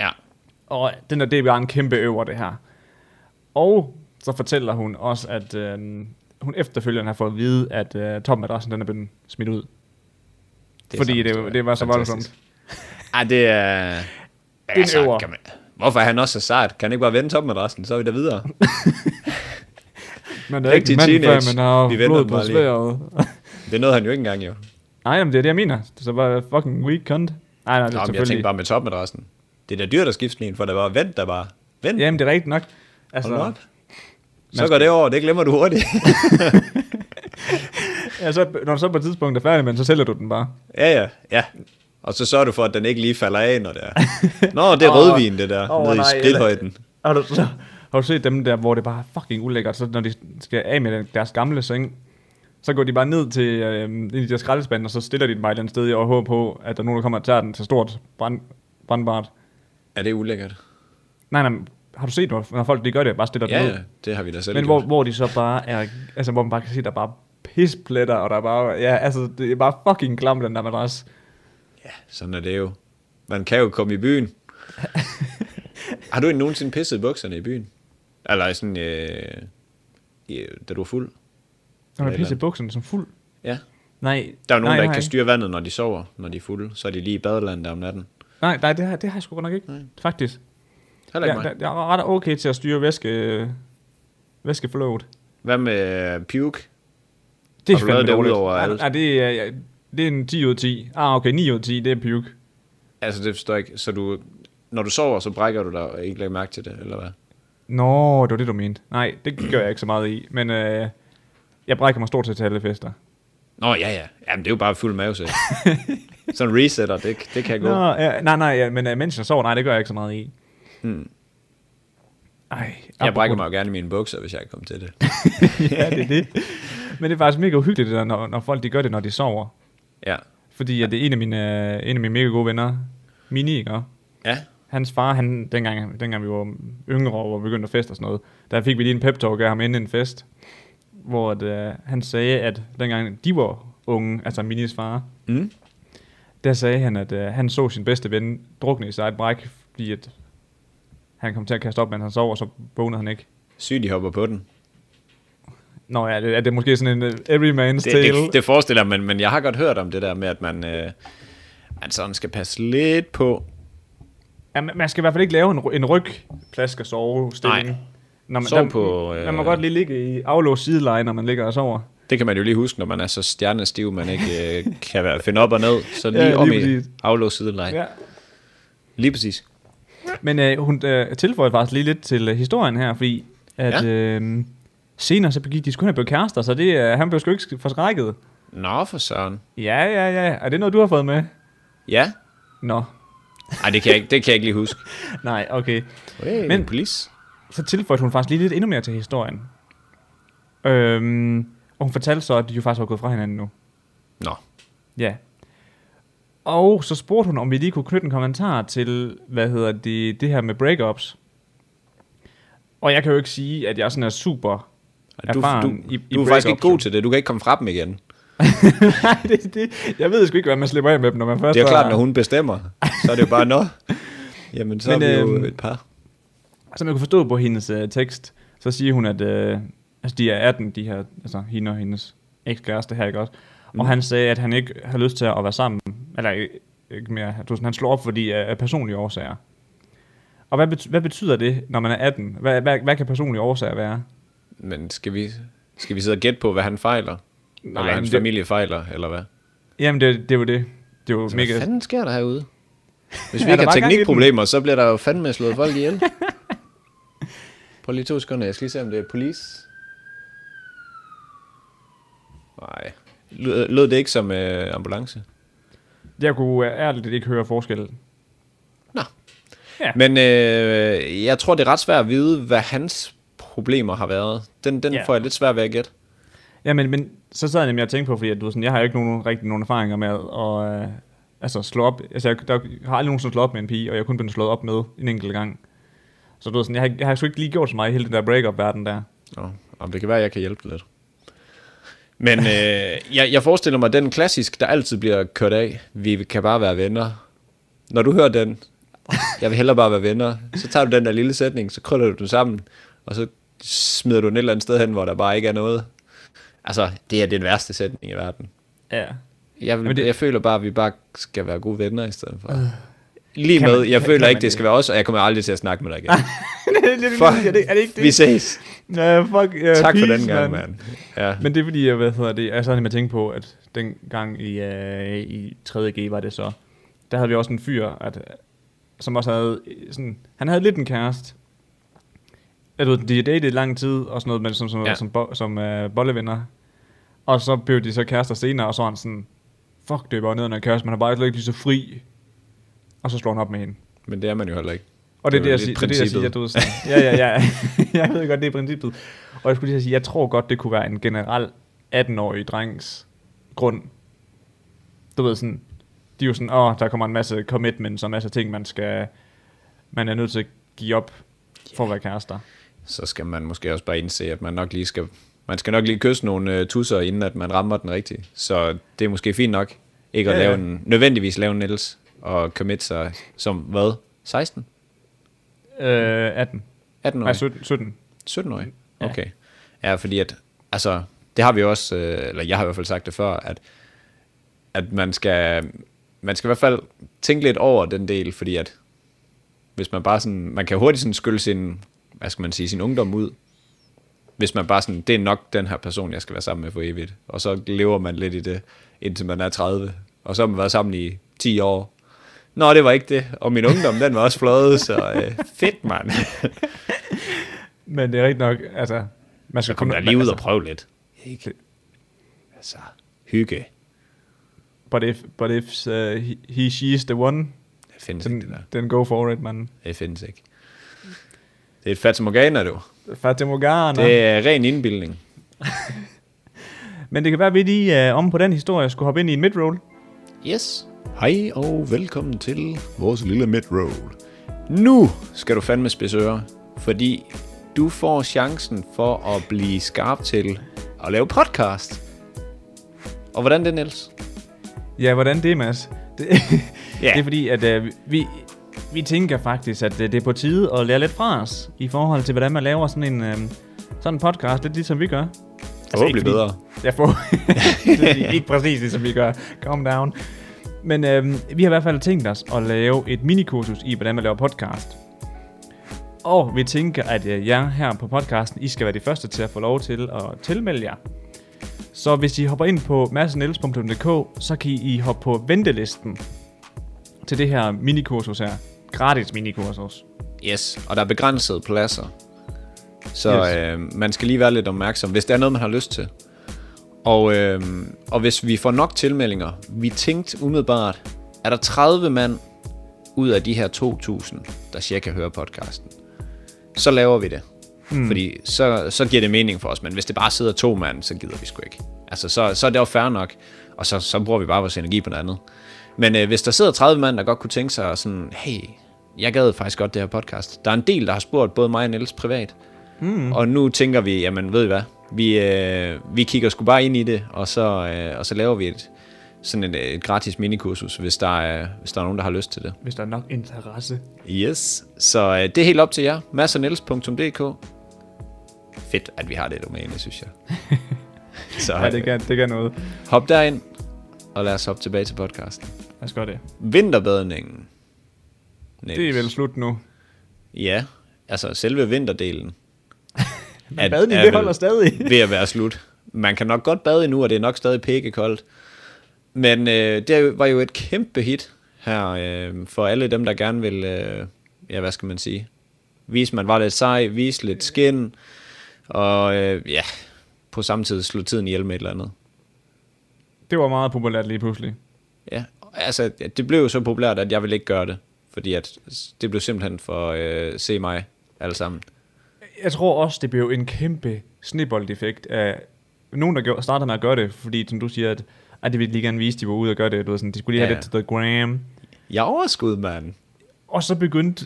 ja.
Og den der DBR er en kæmpe øver, det her. Og så fortæller hun også, at øh, hun efterfølgende har fået at vide, at øh, topmadrassen den er blevet smidt ud.
er
Det fordi
samme
det,
historie.
det var så
Fantastisk.
voldsomt.
Ej, det er... Ja,
en øver.
man... Hvorfor er han også så sart? Kan han ikke bare vende topmadrassen, så er vi der videre?
Men det er ikke
Rigtig
en mand, før
teenage.
man har
Vi venter
blod
den
på
bare lige.
sværet.
Det nåede han jo ikke engang,
[laughs]
jo.
Nej, men det er det, jeg mener. Så var fucking weak cunt. Nej, nej, det
Nå,
er
men jeg tænkte
selvfølgelig.
bare med topmadrassen. Det er da dyrt at skifte sådan en, for der var vent der bare. Vent,
Jamen, det er rigtigt nok. Altså,
hold nu op. Så
Man
går det over, det glemmer du hurtigt.
ja, så, altså, når du så på et tidspunkt er færdig med den, så sælger du den bare.
ja, ja, ja. Og så sørger du for, at den ikke lige falder af, når det
[laughs]
er. Nå, det er rødvin, det der,
Åh,
oh, nede
nej,
i skridthøjden.
Har du, så, har du set dem der, hvor det bare er fucking ulækkert, så når de skal af med den- deres gamle seng, så går de bare ned til øh, ind i deres skraldespand, og så stiller de den bare et eller andet sted, og håber på, at der er nogen, der kommer og tager den til stort brand, brandbart.
Er det ulækkert?
Nej, nej, men har du set, hvor, når folk de gør det, bare stiller den
Ja,
ned?
ja, det har vi da selv
Men hvor,
gjort.
hvor de så bare er, altså hvor man bare kan se, der er bare pispletter, og der er bare, ja, altså det er bare fucking klamt, den der madras.
Sådan er det jo. Man kan jo komme i
[laughs]
byen. har du ikke nogensinde pisset i bukserne i byen? Eller sådan, øh, i- da du var fuld?
Når man
Ja,
pisser i bukserne som fuld.
Ja.
Nej,
Der er jo nogen,
nej,
der ikke
nej.
kan styre vandet, når de sover, når de er fulde. Så er de lige i badelandet om natten.
Nej, nej, det har, det har jeg sgu godt nok ikke, faktisk.
Heller
Ja,
ikke ja, mig.
der, jeg er ret okay til at styre væske, øh, væskeflowet.
Hvad med øh, puke?
Det
Har du lavet det ud over
Ja,
alt?
ja, det, er, ja, det er en 10 ud af 10. Ah, okay, 9 ud af 10, det er puke.
Altså, det forstår jeg ikke. Så du, når du sover, så brækker du dig og ikke lægger mærke til det, eller hvad?
Nå, det var det, du mente. Nej, det gør jeg ikke så meget i, men øh, jeg brækker mig stort set til alle fester.
Nå, ja, ja. Jamen, det er jo bare fuld mavesæt.
[laughs]
sådan en resetter, det, det kan gå.
Nå, ja, nej, nej, ja, men øh, mens jeg sover, nej, det gør jeg ikke så meget i. Hmm. Ej,
Jeg brækker mig jo gerne i mine bukser, hvis jeg kan komme til det.
[laughs] ja, det er det. Men det er faktisk mega uhyggeligt, det der, når, når folk de gør det, når de sover.
Ja.
Fordi at det er en af mine, øh, en af mine mega gode venner, Mini, ikke?
Ja,
Hans far, han, dengang, dengang vi var yngre og var begyndt at feste og sådan noget, der fik vi lige en pep talk af ham inden en fest, hvor at, øh, han sagde, at dengang de var unge, altså Minis far,
Mm.
der sagde han, at øh, han så sin bedste ven drukne i sit eget bræk, fordi at han han kom til at kaste op, mens han sov, og så vågnede han ikke.
Sygt, de hopper på den.
Nå ja, det, er det måske sådan en øh, everyman's
Det,
tale?
det, det forestiller man, men jeg har godt hørt om det der med, at man, øh, man sådan skal passe lidt på.
Ja, man man skal i hvert fald ikke lave en, ry- en ryg, plask og sove stilling.
Nej.
Når man,
Sov på,
Øh...
øh,
Man må godt lige ligge i aflåst sideleje, når man ligger og sover.
Det kan man jo lige huske, når man er så stjernestiv, man ikke
[laughs]
øh, kan være, finde op og ned. Så lige,
Ja,
ja, om
lige
i
præcis.
aflåst sideleje. Ja.
Ja.
Lige præcis.
Men øh, hun øh, tilføjede faktisk lige lidt til øh, historien her, fordi at
Ja.
ja. øh, senere så begik de skulle have blevet kærester, så det, øh, han blev sgu ikke forskrækket.
Nå, for søren.
Ja, ja, ja. Er det noget, du har fået med?
Ja.
Nå,
Ej, det kan jeg ikke, det kan jeg ikke lige huske.
nej, okay.
Hey,
Men-
men police.
Så tilføjede hun faktisk lige lidt endnu mere til historien. Øhm, og hun fortalte så, at de jo faktisk var gået fra hinanden nu.
Nå.
Ja. Og så spurgte hun, om vi lige kunne knytte en kommentar til, hvad hedder det, det her med breakups. Og jeg kan jo ikke sige, at jeg sådan er super
Og Du,
erfaren
du,
i, i
du er faktisk ikke
breakups.
god til det. Du kan ikke komme fra dem igen. Det
[laughs] Nej, det, det, jeg ved sgu ikke, hvad man slipper af med dem, når man først
er jo klart, når hun bestemmer, så er det jo bare nå. Jamen, så
Men,
men, er vi jo
øhm,
et par.
Som jeg Altså, kunne forstå på hendes øh, tekst, så siger hun, at øh, altså, de er 18, de her, altså hende og hendes ekskæreste her, ikke også? Mm. Og han sagde, at han ikke har lyst til at være sammen, eller øh, ikke mere, du ved sådan, han slår op, fordi øh, af af personlige årsager. Og hvad, bet, hvad betyder det, når man er 18? Hvad, hvad, hvad kan personlige årsager være?
Men skal vi, skal vi sidde og gætte på, hvad han fejler? Nej,
men
eller hans
det-
det... familie fejler, eller hvad?
Jamen, det, det er jo det. Det er jo
Så
mega...
Hvad fanden sker der herude? Hvis
Er der
vi
bare
ikke har
gang i den?
teknikproblemer, så bliver der jo fandme slået folk ihjel. [laughs] Prøv lige to sekunder, jeg skal lige se, om det er police. Nej. Lød, lød det ikke som øh, ambulance?
Jeg kunne øh, ærligt ikke høre forskel.
Nå.
Ja.
Men øh, jeg tror, det er ret svært at vide, hvad hans problemer har været. Den, den
Ja.
ja. får jeg lidt svært ved at gætte.
Ja, men, men så sad jeg nemlig og tænkte på, fordi at, du, ved sådan, jeg har jo ikke nogen, rigtig nogen erfaringer med at øh, altså, slå op. Altså, jeg, der, jeg har aldrig nogensinde slået op med en pige, og jeg er kun blevet slået op med en enkelt gang. Så du ved sådan, jeg har, jeg har sgu ikke lige gjort så meget i hele den der break-up-verden der.
Nå, om det kan være, at jeg kan hjælpe dig lidt. Men øh, jeg, jeg forestiller mig, den klassisk, der altid bliver kørt af, vi kan bare være venner. Når du hører den, jeg vil hellere bare være venner, så tager du den der lille sætning, så krøller du den sammen, og så smider du den et eller andet sted hen, hvor der bare ikke er noget. Altså, det er den værste sætning i verden.
Ja.
Jeg,
Men
vil,
det-
det... jeg føler bare, at vi bare skal være gode venner i stedet
Øh.
for. Lige
Kan
med,
man-
jeg
kan-
føler
kan man
ikke, det
det?
skal være os, og jeg kommer aldrig til at snakke med dig
[laughs]
igen.
[laughs] det, er, det,
Fuck,
er det, er det ikke det?
Vi ses.
Uh, fuck, uh,
Tak
peace,
for den gang, mand. Ja.
Men det er fordi, jeg, hvad hedder det, jeg sad nemlig og tænkte på, at den gang i, øh, i 3.G var det så, der havde vi også en fyr, at, som også havde øh, sådan, han havde lidt en kæreste. Jeg ved, de datede i lang tid og sådan noget, men som, som, ja.
Ja.
som, bo, som øh, bollevenner. Og så blev de så kærester senere, og så var han sådan, fuck, det er bare ned under kæreste, man har bare slet ikke lige så fri. Og så slår han op med hende.
Men det er man jo heller ikke.
Og det er det,
Det er
jeg
jo
siger,
lidt
det, er det, jeg siger,
princippet.
du ved sådan, ja, ja, ja, [laughs] jeg ved godt, det er princippet. Og jeg skulle lige sige, jeg tror godt, det kunne være en generel 18-årig drengs grund. Du ved sådan, de er jo sådan, åh, der kommer en masse commitments og en masse ting, man skal, man er nødt til at give op for at være kærester.
Så skal man måske også bare indse, at man nok lige skal, man skal nok lige kysse nogle uh, tusser, inden at man rammer den rigtige. Så det er måske fint nok ikke at
Ja,
ja,
ja.
lave en, nødvendigvis lave en Niels og commit sig som, hvad, 16?
Øh, 18.
18
Nej,
år?
17. 17.
17 årig
Ja.
Okay. Ja. fordi at, altså, det har vi jo også, øh, eller jeg har i hvert fald sagt det før, at, at man skal, man skal i hvert fald tænke lidt over den del, fordi at, hvis man bare sådan, man kan hurtigt sådan skylle sin, hvad skal man sige, sin ungdom ud, hvis man bare sådan, det er nok den her person, jeg skal være sammen med for evigt, og så lever man lidt i det, indtil man er 30, og så har man været sammen i 10 år, Nå, det var ikke det. Og min ungdom, den var også fløjet, så øh, fedt, mand. [laughs]
Men det er rigtigt nok, altså, man altså, skal
Så kom der lige ud og prøv lidt. Ikke? Altså, hygge.
But if, but if uh, he, he, she's the one,
Det findes
then,
ikke, det der.
then go for it, man.
Det findes ikke. Det er et fatamorgana, du.
Fatima Morgana.
Det er ren indbildning.
Men det kan være, at vi lige øh, om på den historie skulle hoppe ind i en midroll.
Yes.
Hej og velkommen til vores lille midroll.
Nu skal du fandme spidse ører, fordi du får chancen for at blive skarp til at lave podcast. Og hvordan det, Niels?
Ja, hvordan det, Mads? [laughs] Det,
Ja.
det er fordi, at øh, vi Vi tænker faktisk, at øh, det, det er på tide at lære lidt fra os, i forhold til, hvordan man laver sådan en, øh, sådan en podcast, lidt ligesom vi gør.
Forhåbentlig
fordi-
bedre.
Jeg får [laughs] ikke præcis ligesom vi gør. Calm down. Men øhm, vi har i hvert fald tænkt os at lave et minikursus i, hvordan man laver podcast. Og vi tænker, at øh, jer her på podcasten, I skal være de første til at få lov til at tilmelde jer. Så hvis I hopper ind på massenels.dk, så kan I hoppe på ventelisten til det her minikursus her. Gratis minikursus.
Yes, og der er begrænsede pladser. Så
Yes.
yes. øh, man skal lige være lidt opmærksom, hvis der er noget, man har lyst til. Og, øh, og hvis vi får nok tilmeldinger, vi tænkte umiddelbart, er der 30 mand ud af de her 2.000, der cirka hører podcasten, så laver vi det. Mm. Fordi så, så giver det mening for os, men hvis det bare sidder to mand, så gider vi sgu ikke. Altså, så, så er det jo fair nok, og så, så bruger vi bare vores energi på noget andet. Men øh, hvis der sidder 30 mand, der godt kunne tænke sig sådan, hey, jeg gad faktisk godt det her podcast. Der er en del, der har spurgt både mig og Niels privat. Mm. Og nu tænker vi, jamen ved I hvad, vi, øh, vi kigger sgu bare ind i det, og så, øh, og så laver vi et, sådan et, et gratis minikursus, hvis der, er, hvis der er nogen, der har lyst til det.
Hvis der er nok interesse.
Yes. Så øh, det er helt op til jer. masserniels.dk Fedt, at vi har det domæne,
[laughs]
synes jeg. så
Ja, det
øh,
kan, det kan noget.
hop derind, og lad os hoppe tilbage til podcasten.
Lad os gøre det.
Vinterbadningen. Niels.
Det er vel slut nu.
Ja, altså selve vinterdelen. Men
badning, det holder stadig.
[laughs] ved at være slut. Man kan nok godt bade nu, og det er nok stadig pikke koldt. Men øh, det var jo et kæmpe hit her øh, for alle dem, der gerne vil, øh, ja hvad skal man sige, vise man var lidt sej, vise lidt skin, og øh, ja, på samme tid slå tiden ihjel med et eller andet.
Det var meget populært lige pludselig.
Ja, altså det blev jo så populært, at jeg ville ikke gøre det, fordi at det blev simpelthen for øh, se mig alle sammen.
Jeg tror også, det blev en kæmpe snibboldeffekt af nogen, der gjorde, startede med at gøre det, fordi som du siger, at, at de ville lige gerne vise, at de var ude og gøre det. Du ved, sådan, de skulle lige have
Ja.
lidt til The Gram.
Jeg er overskud, mand.
Og så begyndte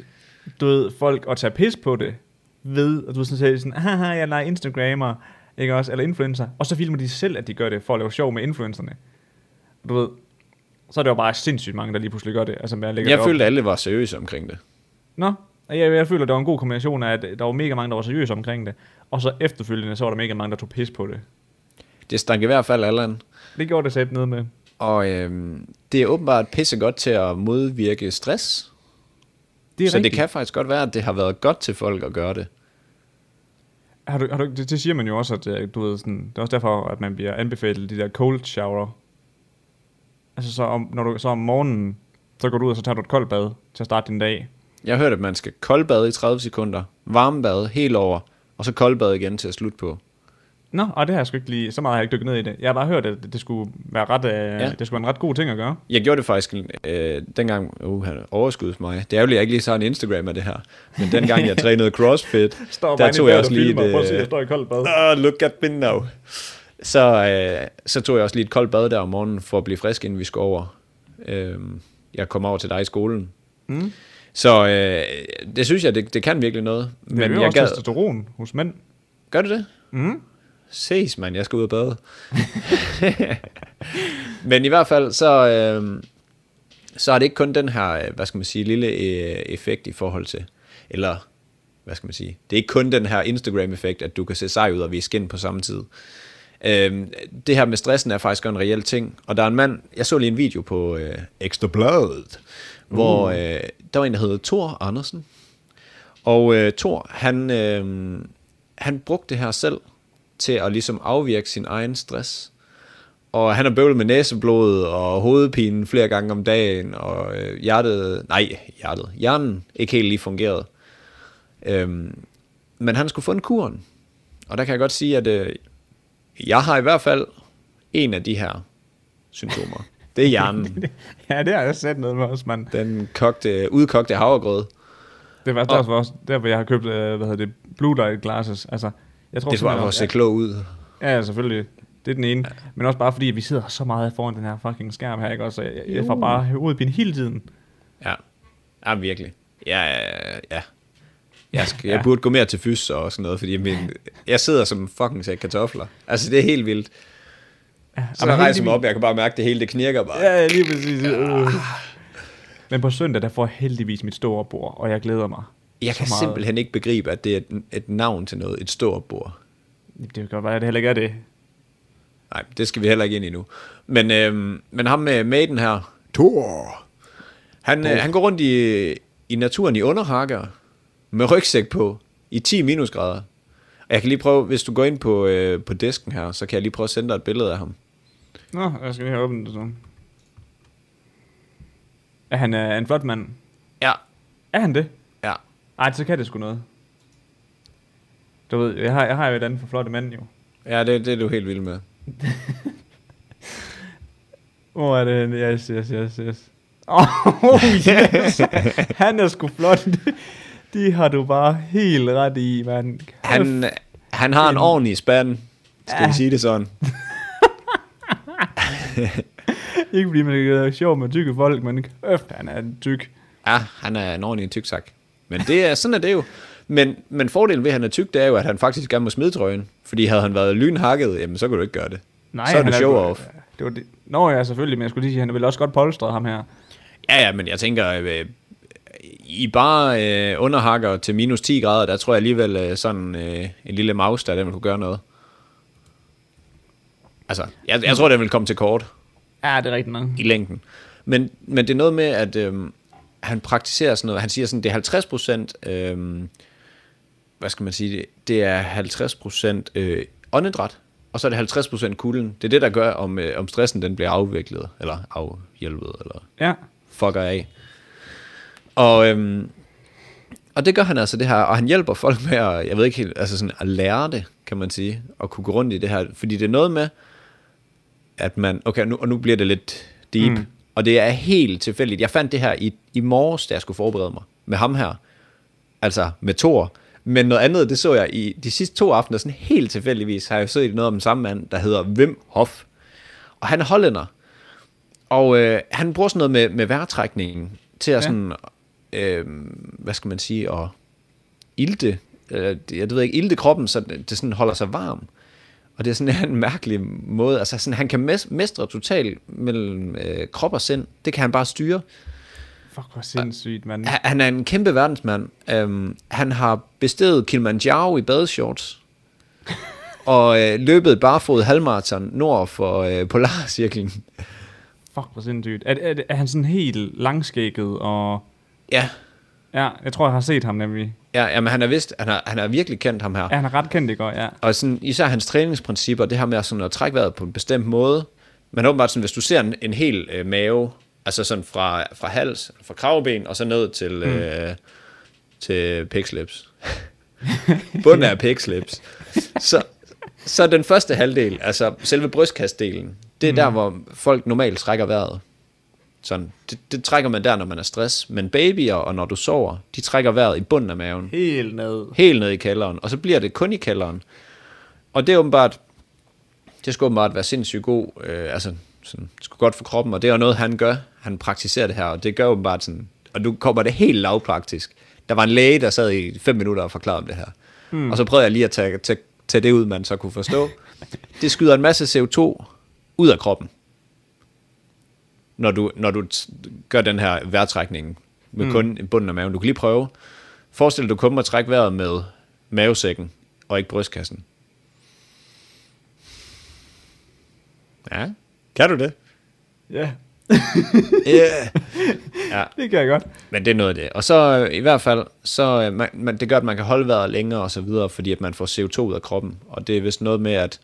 du ved, folk at tage pis på det ved, at du ved, sådan sagde sådan, haha, jeg leger Instagrammer, ikke også, eller influencer. Og så filmer de selv, at de gør det, for at lave sjov med influencerne. Du ved, så er det jo bare sindssygt mange, der lige pludselig gør det. Altså, med at lægge
Jeg
det op.
følte, at alle var seriøse omkring det.
Nå, og jeg, jeg føler, det var en god kombination af, at der var mega mange, der var seriøse omkring det, og så efterfølgende, så var der mega mange, der tog pis på det.
Det stank i hvert fald alderen.
Det gjorde det sæt ned med.
Og øhm, det er åbenbart pissegodt til at modvirke stress.
Det er
så
så rigtigt.
det
Det kan...
kan faktisk godt være, at det har været godt til folk at gøre det.
har du, har du, det, det, siger man jo også, at øh, du ved, sådan, det er også derfor, at man bliver anbefalet de der cold shower. Altså så om, når du, så om morgenen, så går du ud og så tager du et koldt bad til at starte din dag.
Jeg har hørt, at man skal koldbade i 30 sekunder, varmebade helt over, og så koldbade igen til at slutte på.
Nå, og det har jeg sgu ikke lige, så meget har jeg ikke dykket ned i det. Jeg har bare hørt, at det, det skulle være ret, ja. det skulle være en ret god ting at gøre.
Jeg gjorde det faktisk øh, dengang, uh, han overskuds mig. Det er ærgerligt, at jeg ikke lige så en Instagram af det her. Men dengang jeg trænede
[laughs]
CrossFit, der tog jeg også lige et, øh,
står i koldt bad.
Oh, look at me now. Så, øh, så tog jeg også lige et koldt bad der om morgenen for at blive frisk, inden vi skulle over. Øh, jeg kom over til dig i skolen.
Mm.
Så øh, det synes jeg, det, det kan virkelig noget.
Men det
Men
er jo
jeg
også
gad...
testosteron hos mænd.
Gør det det?
Mm.
Ses, mand. Jeg skal ud og bade. [laughs] Men i hvert fald, så, øh, så er det ikke kun den her, øh, hvad skal man sige, lille øh, effekt i forhold til, eller hvad skal man sige, det er ikke kun den her Instagram-effekt, at du kan se sej ud og vise skin på samme tid. Øh, det her med stressen er faktisk en reel ting, og der er en mand, jeg så lige en video på øh, Ekstra Bladet, hvor øh, der var en, der hedder Thor Andersen, og øh, Thor, han, øh, han brugte det her selv til at ligesom afvirke sin egen stress. Og han har bøvlet med næseblod og hovedpine flere gange om dagen, og øh, hjertet, nej, hjertet, hjernen ikke helt lige fungerede. Øhm, men han skulle finde kuren. Og der kan jeg godt sige, at øh, jeg har i hvert fald en af de her symptomer. Det er
[laughs]
hjernen.
[laughs] ja, det har jeg sat ned med os, mand.
Den kogte, udkogte havregrød.
Det var også også der, hvor jeg har købt, øh, hvad hedder det, Blue Light glasses. Altså, jeg tror
Det var for at se
simpelthen-
klog ud.
Ja, ja, selvfølgelig. Det er den ene. Men også bare fordi, at vi sidder så meget foran den her fucking skærm her, ikke? Også, øh, jeg, jeg får bare hovedpine hele tiden.
Ja, ja virkelig. Ja, ja, ja. Jeg, skal, jeg burde gå mere til fys og sådan noget, fordi min, jeg sidder som en fucking sæk kartofler. Altså, det er helt vildt. Så
men
jeg rejser mig
heldigvis-
op, jeg kan bare mærke, at det hele det knirker bare.
Ja, ja, lige præcis. Ja. Øh. Men på søndag, der får jeg heldigvis mit store bord, og jeg glæder mig.
Jeg kan
meget.
simpelthen ikke begribe, at det er et, et navn til noget, et stort bord.
Det kan godt være, at det heller ikke er det.
Nej, det skal vi heller ikke ind i nu. Men, øhm, men ham med Maiden her, Thor, han, øh, han går rundt i, i naturen i underhakker med rygsæk på i 10 minusgrader. Og jeg kan lige prøve, hvis du går ind på, øh, på disken her, så kan jeg lige prøve at sende dig et billede af ham.
Nå, jeg skal lige have åbnet det så. Er han øh, en flot mand?
Ja,
Er han det?
ja.
Ej, så kan det sgu noget. Du ved, jeg har, jeg har jo et andet for flotte mand jo.
Ja, det, det er du helt vild med.
Hvor er det henne? Yes, yes, yes, yes. Oh, [laughs] yes. Han er sgu flot. [laughs] De har du bare helt ret i, mand.
Han, han har en ordentlig spand, skal vi sige det sådan.
Ikke fordi man kan være sjov med tykke folk, men kæft, han er en tyk.
Ja, han er en ordentlig tyksak. Men det er, sådan er det jo. Men, men fordelen ved, at han er tyk, det er jo, at han faktisk gerne må smide trøjen. Fordi havde han været lynhakket, jamen så kunne du ikke gøre det. så er
han
det show off.
Det var det. Nå ja, selvfølgelig, men jeg skulle lige sige, han er vel også godt polstret, ham her.
Ja, ja, men jeg tænker, øh, i bare øh, underhakker til minus 10 grader, der tror jeg alligevel øh, sådan øh, en lille mouse, der den vil kunne gøre noget. Altså, jeg, jeg tror, den vil komme til kort.
Ja, det er rigtigt nok.
i længden. Men, men det er noget med, at øhm, han praktiserer sådan noget. Han siger sådan, det er 50 procent, øhm, hvad skal man sige, det, det er 50 procent øh, åndedræt, og så er det 50 procent kulden. Det er det, der gør, om, øh, om stressen den bliver afviklet, eller afhjælpet, eller
Ja.
fucker af. Og, øhm, og det gør han altså det her, og han hjælper folk med at, jeg ved ikke helt, altså sådan at lære det, kan man sige, og kunne gå rundt i det her, fordi det er noget med, at man, okay, nu, og nu bliver det lidt deep, mm. og det er helt tilfældigt. Jeg fandt det her i, i morges, da jeg skulle forberede mig med ham her, altså med Thor, men noget andet, det så jeg i de sidste to aftener, sådan helt tilfældigvis, har jeg set noget om den samme mand, der hedder Wim Hof, og han er hollænder, og øh, han bruger sådan noget med, med vejrtrækningen til at ja. sådan, øh, hvad skal man sige, at ilte, øh, jeg ved ikke, ilte kroppen, så det det sådan holder sig varm. Og det er sådan [laughs] en mærkelig måde, altså sådan, han kan mes- mestre totalt mellem øh, krop og sind, det kan han bare styre.
Fuck, hvor sindssygt, mand.
Han han er en kæmpe verdensmand. Øhm, han har bestedet Kilimanjaro i [laughs] badeshorts. og øh, løbet barefod halvmarathon nord for øh, Polarcirklen.
Fuck, hvor sindssygt. Er, er, er han sådan helt langskægget og...
Ja,
Ja, jeg tror, jeg har set ham nemlig.
ja jamen, han er vist, han er, han er virkelig kendt ham her.
Ja, han er ret kendt, ikke? Og Ja.
Og sådan, især hans træningsprincipper, det her med at, sådan, at trække vejret på en bestemt måde. Men åbenbart, sådan, hvis du ser en, en hel øh, mave, altså sådan fra, fra hals, fra kravben, og så ned til, mm. øh, til pikslips. [laughs] Bunden af pikslips. Så, så den første halvdel, altså selve brystkastdelen, det er mm. der, hvor folk normalt trækker vejret. Sådan, det, det trækker man der, når man er stress. Men babyer, og når du sover, de trækker vejret i bunden af maven
Helt ned.
helt ned i kælderen, og så bliver det kun i kælderen. Og det er åbenbart, det skulle åbenbart være sindssygt god, øh, altså sådan, det skulle godt for kroppen, og det er jo noget, han gør. Han praktiserer det her, og det gør åbenbart sådan, og nu kommer det helt lavpraktisk. Der var en læge, der sad i fem minutter og forklarede om det her. Hmm. Og så prøvede jeg lige at tage, tage, tage det ud, man så kunne forstå. det skyder en masse CO2 ud af kroppen, når du, når du t- gør den her vejrtrækning med mm. kun bunden af maven. Du kan lige prøve. Forestil dig, du kun må trække vejret med mavesækken og ikke brystkassen. Ja, kan du det?
Ja,
Yeah. ja,
det kan jeg godt. [laughs]
men det er noget af det. Og så øh, i hvert fald, så øh, man, man, det gør, at man kan holde vejret længere og så videre, fordi at man får CO2 ud af kroppen. Og det er vist noget med, at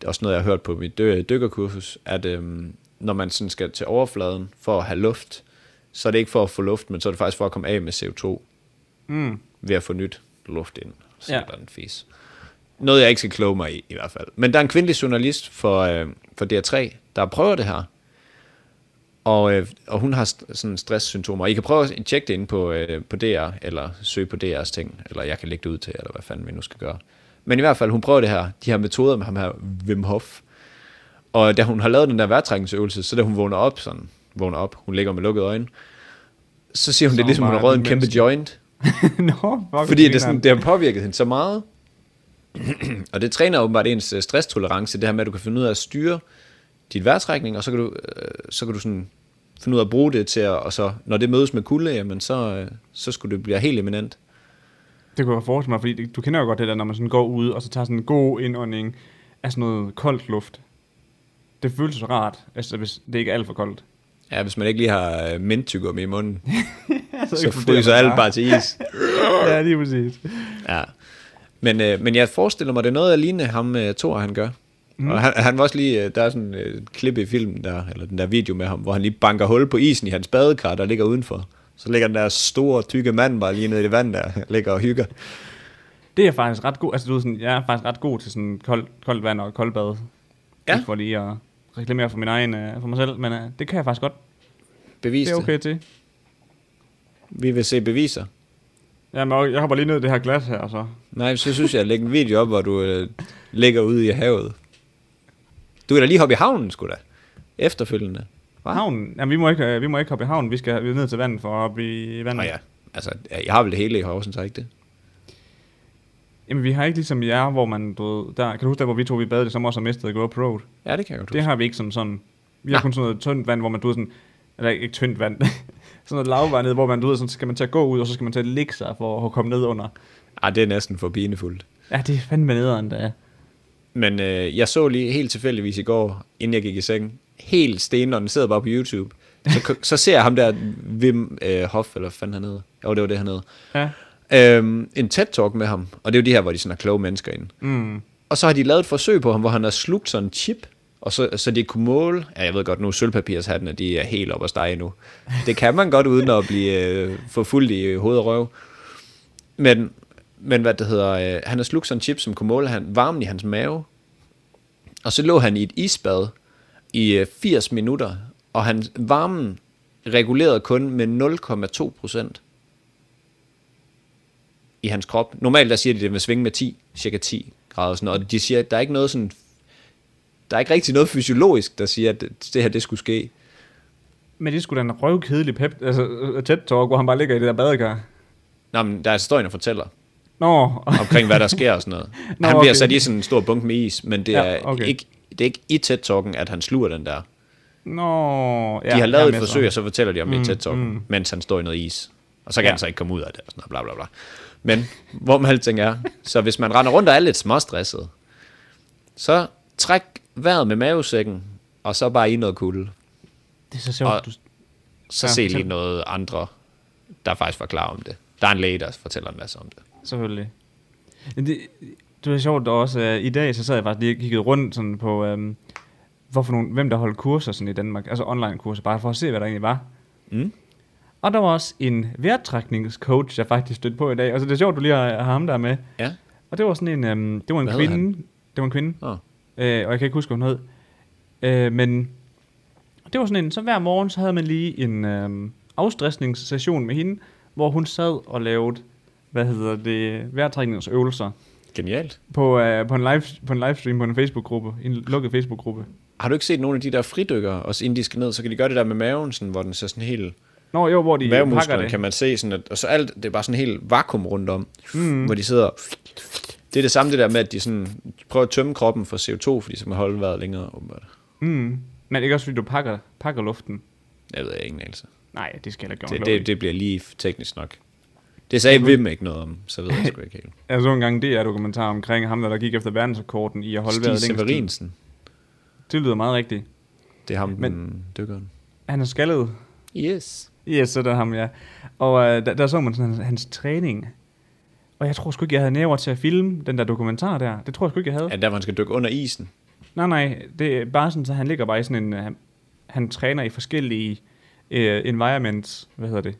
det er også noget, jeg har hørt på mit dy- dykkerkursus, at øhm, når man sådan skal til overfladen for at have luft, så er det ikke for at få luft, men så er det faktisk for at komme af med CO2
Mm.
ved at få nyt luft ind.
Ja.
Sådan ja. fis. Noget, jeg ikke skal kloge mig i, i hvert fald. Men der er en kvindelig journalist for, øh, for DR3, der prøver det her. Og, øh, og hun har st- sådan stresssymptomer. I kan prøve at tjekke det ind på, øh, på DR, eller søge på DR's ting, eller jeg kan lægge det ud til, eller hvad fanden vi nu skal gøre. Men i hvert fald, hun prøver det her, de her metoder med ham her, Wim Hof. Og da hun har lavet den der vejrtrækningsøvelse, så da hun vågner op, sådan, vågner op, hun ligger med lukkede øjne, så siger hun, så det
hun
er ligesom, hun
bare
har røget
er
en kæmpe
menneske.
joint.
Nå, fuck,
Fordi det, er
grineren.
sådan, det har påvirket hende så meget. [clears throat] og det træner åbenbart ens øh, stresstolerance, det her med, at du kan finde ud af at styre dit vejrtrækning, og så kan du, øh, så kan du sådan finde ud af at bruge det til at, og så, når det mødes med kulde, jamen så, øh, så skulle det blive helt eminent.
Det kunne jeg forestille mig, fordi det, du kender jo godt det der, når man sådan går ud, og så tager sådan en god indånding af sådan noget koldt luft. Det føles så rart, altså hvis det ikke er alt for koldt.
Ja, hvis man ikke lige har øh, minttygummi i munden, så
eksploderer
fryser
man
alt bare til is.
Ja, lige præcis.
Ja. Men, øh, men jeg forestiller mig, det er noget af lignende ham, øh, Thor, han gør. Mm. Og han, han var også lige, øh, der er sådan øh, et klip i filmen, der, eller den der video med ham, hvor han lige banker hul på isen i hans badekar, der ligger udenfor. Så ligger den der store, tykke mand bare lige nede i det vand, der [laughs] ligger og hygger.
Det er jeg faktisk ret god, altså du ved sådan, jeg er faktisk ret god til sådan koldt, koldt vand og koldt bad.
Ja.
Ikke for lige at reklamere for min egen, øh, for mig selv, men øh, det kan jeg faktisk godt.
Bevis
Det er
det.
okay til.
Vi vil se beviser.
Jamen, og jeg hopper lige ned i det her glas her, og så.
Nej, så synes jeg, at lægge en video op, hvor du øh, ligger ude i havet. Du kan da lige hoppe i havnen, sgu da. Efterfølgende. Hva?
Havnen, jamen vi må ikke, øh, vi må ikke hoppe i havnen, vi skal vi er ned til vandet for at hoppe i vandet.
Nå ja, altså, jeg har vel det hele i Horsens, har jeg ikke det?
Jamen vi har ikke ligesom jer, hvor man, du ved, der, kan du huske der, hvor vi to vi badede det samme år, som mistede Grove Road?
Ja, det kan jeg godt
Det
huske.
har vi ikke som sådan. Vi har
Nej.
kun sådan noget tyndt vand, hvor man du ved sådan, eller ikke tyndt vand, [laughs] sådan noget lavvand, hvor man du ved, sådan, så skal man til at gå ud, og så skal man til at ligge sig for at komme ned under.
Ej, Ah, det er næsten for pinefuldt.
Ja, det er fandme nederen, der er.
Men øh, jeg så lige helt tilfældigvis i går, inden jeg gik i seng, helt stenånden, sidder bare på YouTube. Så, [laughs] k- så ser jeg ham der, Wim øh, Hof, eller hvad fanden han hedder. Jo, det var det, han hed.
Ja.
Øhm, en TED-talk med ham, og det er jo de her, hvor de sådan er kloge mennesker inde.
Mm.
Og så har de lavet et forsøg på ham, hvor han har slugt sådan en chip, og så, så de kunne måle, ja, jeg ved godt nu, sølvpapirshattene, de er helt op at stege nu. Det kan man godt, uden at blive øh, forfulgt i hoved og røv. Men, men hvad det hedder, øh, han har slugt sådan en chip, som kunne måle han, varmen i hans mave, og så lå han i et isbad i øh, 80 minutter, og han, varmen regulerede kun med 0,2 procent i hans krop. Normalt der siger de, at det vil svinge med 10, cirka 10 grader, sådan, noget, og de siger, at der er ikke noget sådan, der er ikke rigtig noget fysiologisk, der siger, at det her det skulle ske.
Men det skulle da en røvkedelig pep, altså tæt talk, hvor han bare ligger i det der badekar.
Nå, men der er altså historien, der fortæller
Nå,
omkring, hvad der sker og sådan noget.
Nå,
Nå, han bliver
okay.
sat i sådan en stor bunke med is, men det,
Ja,
ja, er,
okay.
okay. ikke, det er ikke i TED-talken, at han sluger den
[laughs]
der.
nå. Ja,
De har
jeg er
lavet et
med
forsøg,
så.
og så fortæller de om det i TED Talk, mm. mens han står i noget is. Og så kan
Ja.
ja. han så ikke komme ud af det, og sådan noget, bla bla bla. Men hvor man alting er, så hvis man render rundt og er lidt småstresset, så træk vejret med mavesækken, og så bare i noget kulde.
Det er så sjovt.
Og-
Du,
Så
Ja,
ja, se
fortæl.
lige noget andre, der faktisk var klar om det. Der er en læge, der fortæller en masse om det.
Selvfølgelig. Men Det, det var sjovt også. Øh, I dag så sad jeg faktisk lige og kiggede rundt sådan på, øhm, hvorfor nogle, hvem der holdt kurser sådan i Danmark. Altså online kurser, bare for at se, hvad der egentlig var.
Mm.
Og der var også en vejrtrækningscoach, jeg faktisk stødte på i dag. Altså det er sjovt, du lige har, har ham der med.
Ja,
Og det var sådan en, øhm, det var en
Hvad hed
kvinde. Det var en kvinde.
oh.
Øh, og jeg kan ikke huske, hvad hun hed. Øh, men det var sådan en, så hver morgen, så havde man lige en øh, afstressningssession med hende, hvor hun sad og lavede, hvad hedder det, vejrtrækningsøvelser
genialt.
på, øh, på, en live, på en livestream på en Facebook-gruppe, en lukket Facebook-gruppe.
Har du ikke set nogle af de der fridykkere, også inden de skal ned, så kan de gøre det der med maven, sådan, hvor den så sådan helt
Nå jo, hvor de pakker
mavemusklerne
det.
kan man se sådan, at, og så alt, det er bare sådan helt vakuum rundt om,
Hmm.
mm. hvor de sidder og- det er det samme det der med, at de sådan prøver at tømme kroppen for CO2, fordi så må holde vejret længere, åbenbart.
Mm. Men ikke også, fordi du pakker, pakker luften.
Jeg ved jeg ingen altså.
Nej, det skal jeg heller
Det,
ikke
det, det, bliver lige teknisk nok. Det sagde Vim ikke noget om, så ved jeg sgu ikke helt.
Jeg så engang det er dokumentar omkring ham, der, der gik efter verdensrekorden i at holde
Stig
vejret længst. tid.
Severinsen,
Det lyder meget rigtigt.
det er ham,
Men-
den dykkeren.
Han er skaldet.
Yes.
Yes, så er der ham, ja. Og øh, der, der så man sådan hans, hans træning. Og jeg tror sgu ikke, jeg havde næver til at filme den der dokumentar der. Det tror jeg sgu ikke, jeg havde.
Er det der, hvor han skal dykke under isen?
Nej, nej, det er bare sådan, så han ligger bare i sådan en... øh, Han, han træner i forskellige øh, environments, hvad hedder det,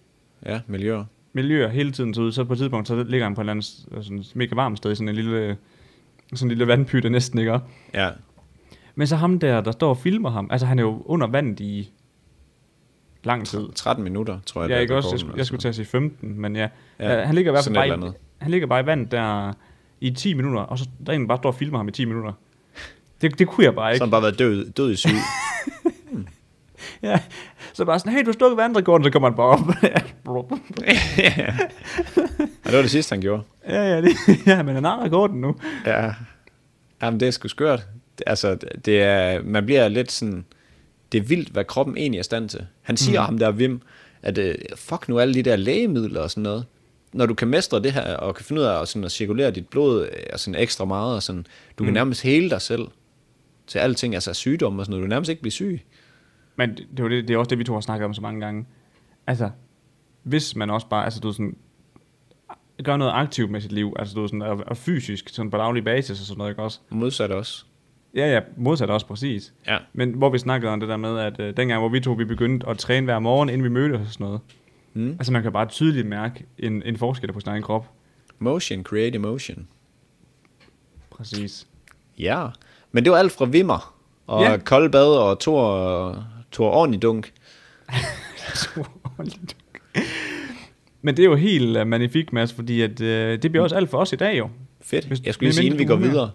Ja, miljøer.
miljøer hele tiden. Så, ud, så på et tidspunkt, så ligger han på et eller andet øh, sådan, mega varmt sted, i sådan en lille, øh, sådan en lille vandpyt, der næsten ikke er.
Ja,
Men så ham der, der står og filmer ham, altså han er jo under vandet i lang tid.
13 minutter, tror jeg.
Ja,
der er
ikke også? Jeg
rekorden,
skulle,
eller
jeg skulle til
sådan
at sige 15, men ja.
Ja,
ja han, ligger i hvert fald
sådan et
bare
eller
i, han ligger bare i vand der i 10 minutter, og så der er en, der bare står og filmer ham i 10 minutter. Det, det kunne jeg bare
noget.
ikke.
Så har han bare været død, død i syg.
[laughs] Ja. Så bare sådan, hey, du har stukket vandrekorden, så kommer han bare op. Ja, bro.
og det var det sidste, han gjorde.
[laughs] ja, ja, det, [laughs] ja, men han har rekorden nu.
Ja. Jamen, det er sgu skørt. Det- Altså, det er, man bliver lidt sådan... det er vildt, hvad kroppen egentlig er i stand til. Han siger mm. ham der Vim, at øh, fuck nu alle de der lægemidler og sådan noget. Når du kan mestre det her, og kan finde ud af at, sådan, at cirkulere dit blod øh, og sådan ekstra meget, og sådan, du mm. kan nærmest hele dig selv til alting, altså sygdomme og sådan noget. Du kan nærmest ikke blive syg.
Men det, det, er jo det, det er også det, vi to har snakket om så mange gange. Altså, hvis man også bare, altså du ved, sådan, gør noget aktivt med sit liv, altså du ved, sådan, og, og fysisk, sådan på daglig basis og sådan noget, ikke også?
Modsat også.
Ja, ja, modsat også præcis.
Ja.
Men hvor vi snakkede om det der med, at øh, dengang, hvor vi to vi begyndte at træne hver morgen, inden vi mødtes og sådan noget. Mm. Altså man kan bare tydeligt mærke en, en forskel på sin egen krop.
Motion, create emotion.
Præcis.
Ja, men det var alt fra Vimmer, og
Ja.
ja. kolde bad, og Thor, Thor ordentlig dunk.
[laughs] Men det er jo helt uh, magnifik, Mads, fordi at, øh, det bliver også alt for os i dag
[laughs]
jo.
Fedt.
Hvis-
Hvis, jeg skulle lige sige, inden vi går
medmindre du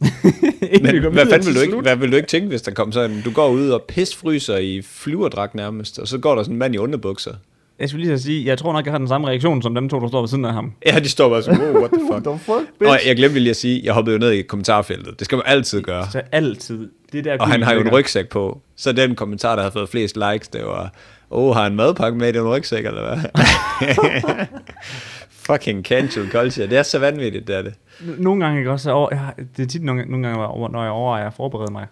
videre.
[laughs] [laughs] Inden vi går
Men, hvad,
videre
fanden
til
vil du ikke,
slut.
hvad vil du ikke tænke, hvis der kom sådan, du går ud og pisfryser i flyverdragt nærmest, og så går der sådan en mand i underbukser. [laughs]
Jeg skulle lige så sige, jeg tror nok, jeg har den samme reaktion som dem to, der står ved siden af ham.
Ja, de står bare sådan, wow, what
[laughs]
the fuck.
The fuck,
og jeg glemte lige at sige, jeg hoppede jo ned i kommentarfeltet. Det skal man altid gøre.
Så altid. Det der
Og
gul
han har jo en
finger.
rygsæk på. Så den kommentar, der havde fået flest likes, det var, oh, har han madpakke med i den rygsæk, eller hvad? [laughs] Fucking cancel culture. Det er så vanvittigt, det er det.
Nogle gange, ikke også, jeg over, jeg, har- det er tit nogle, nogle gange, hvor jeg over- når jeg overvejer at forberede mig.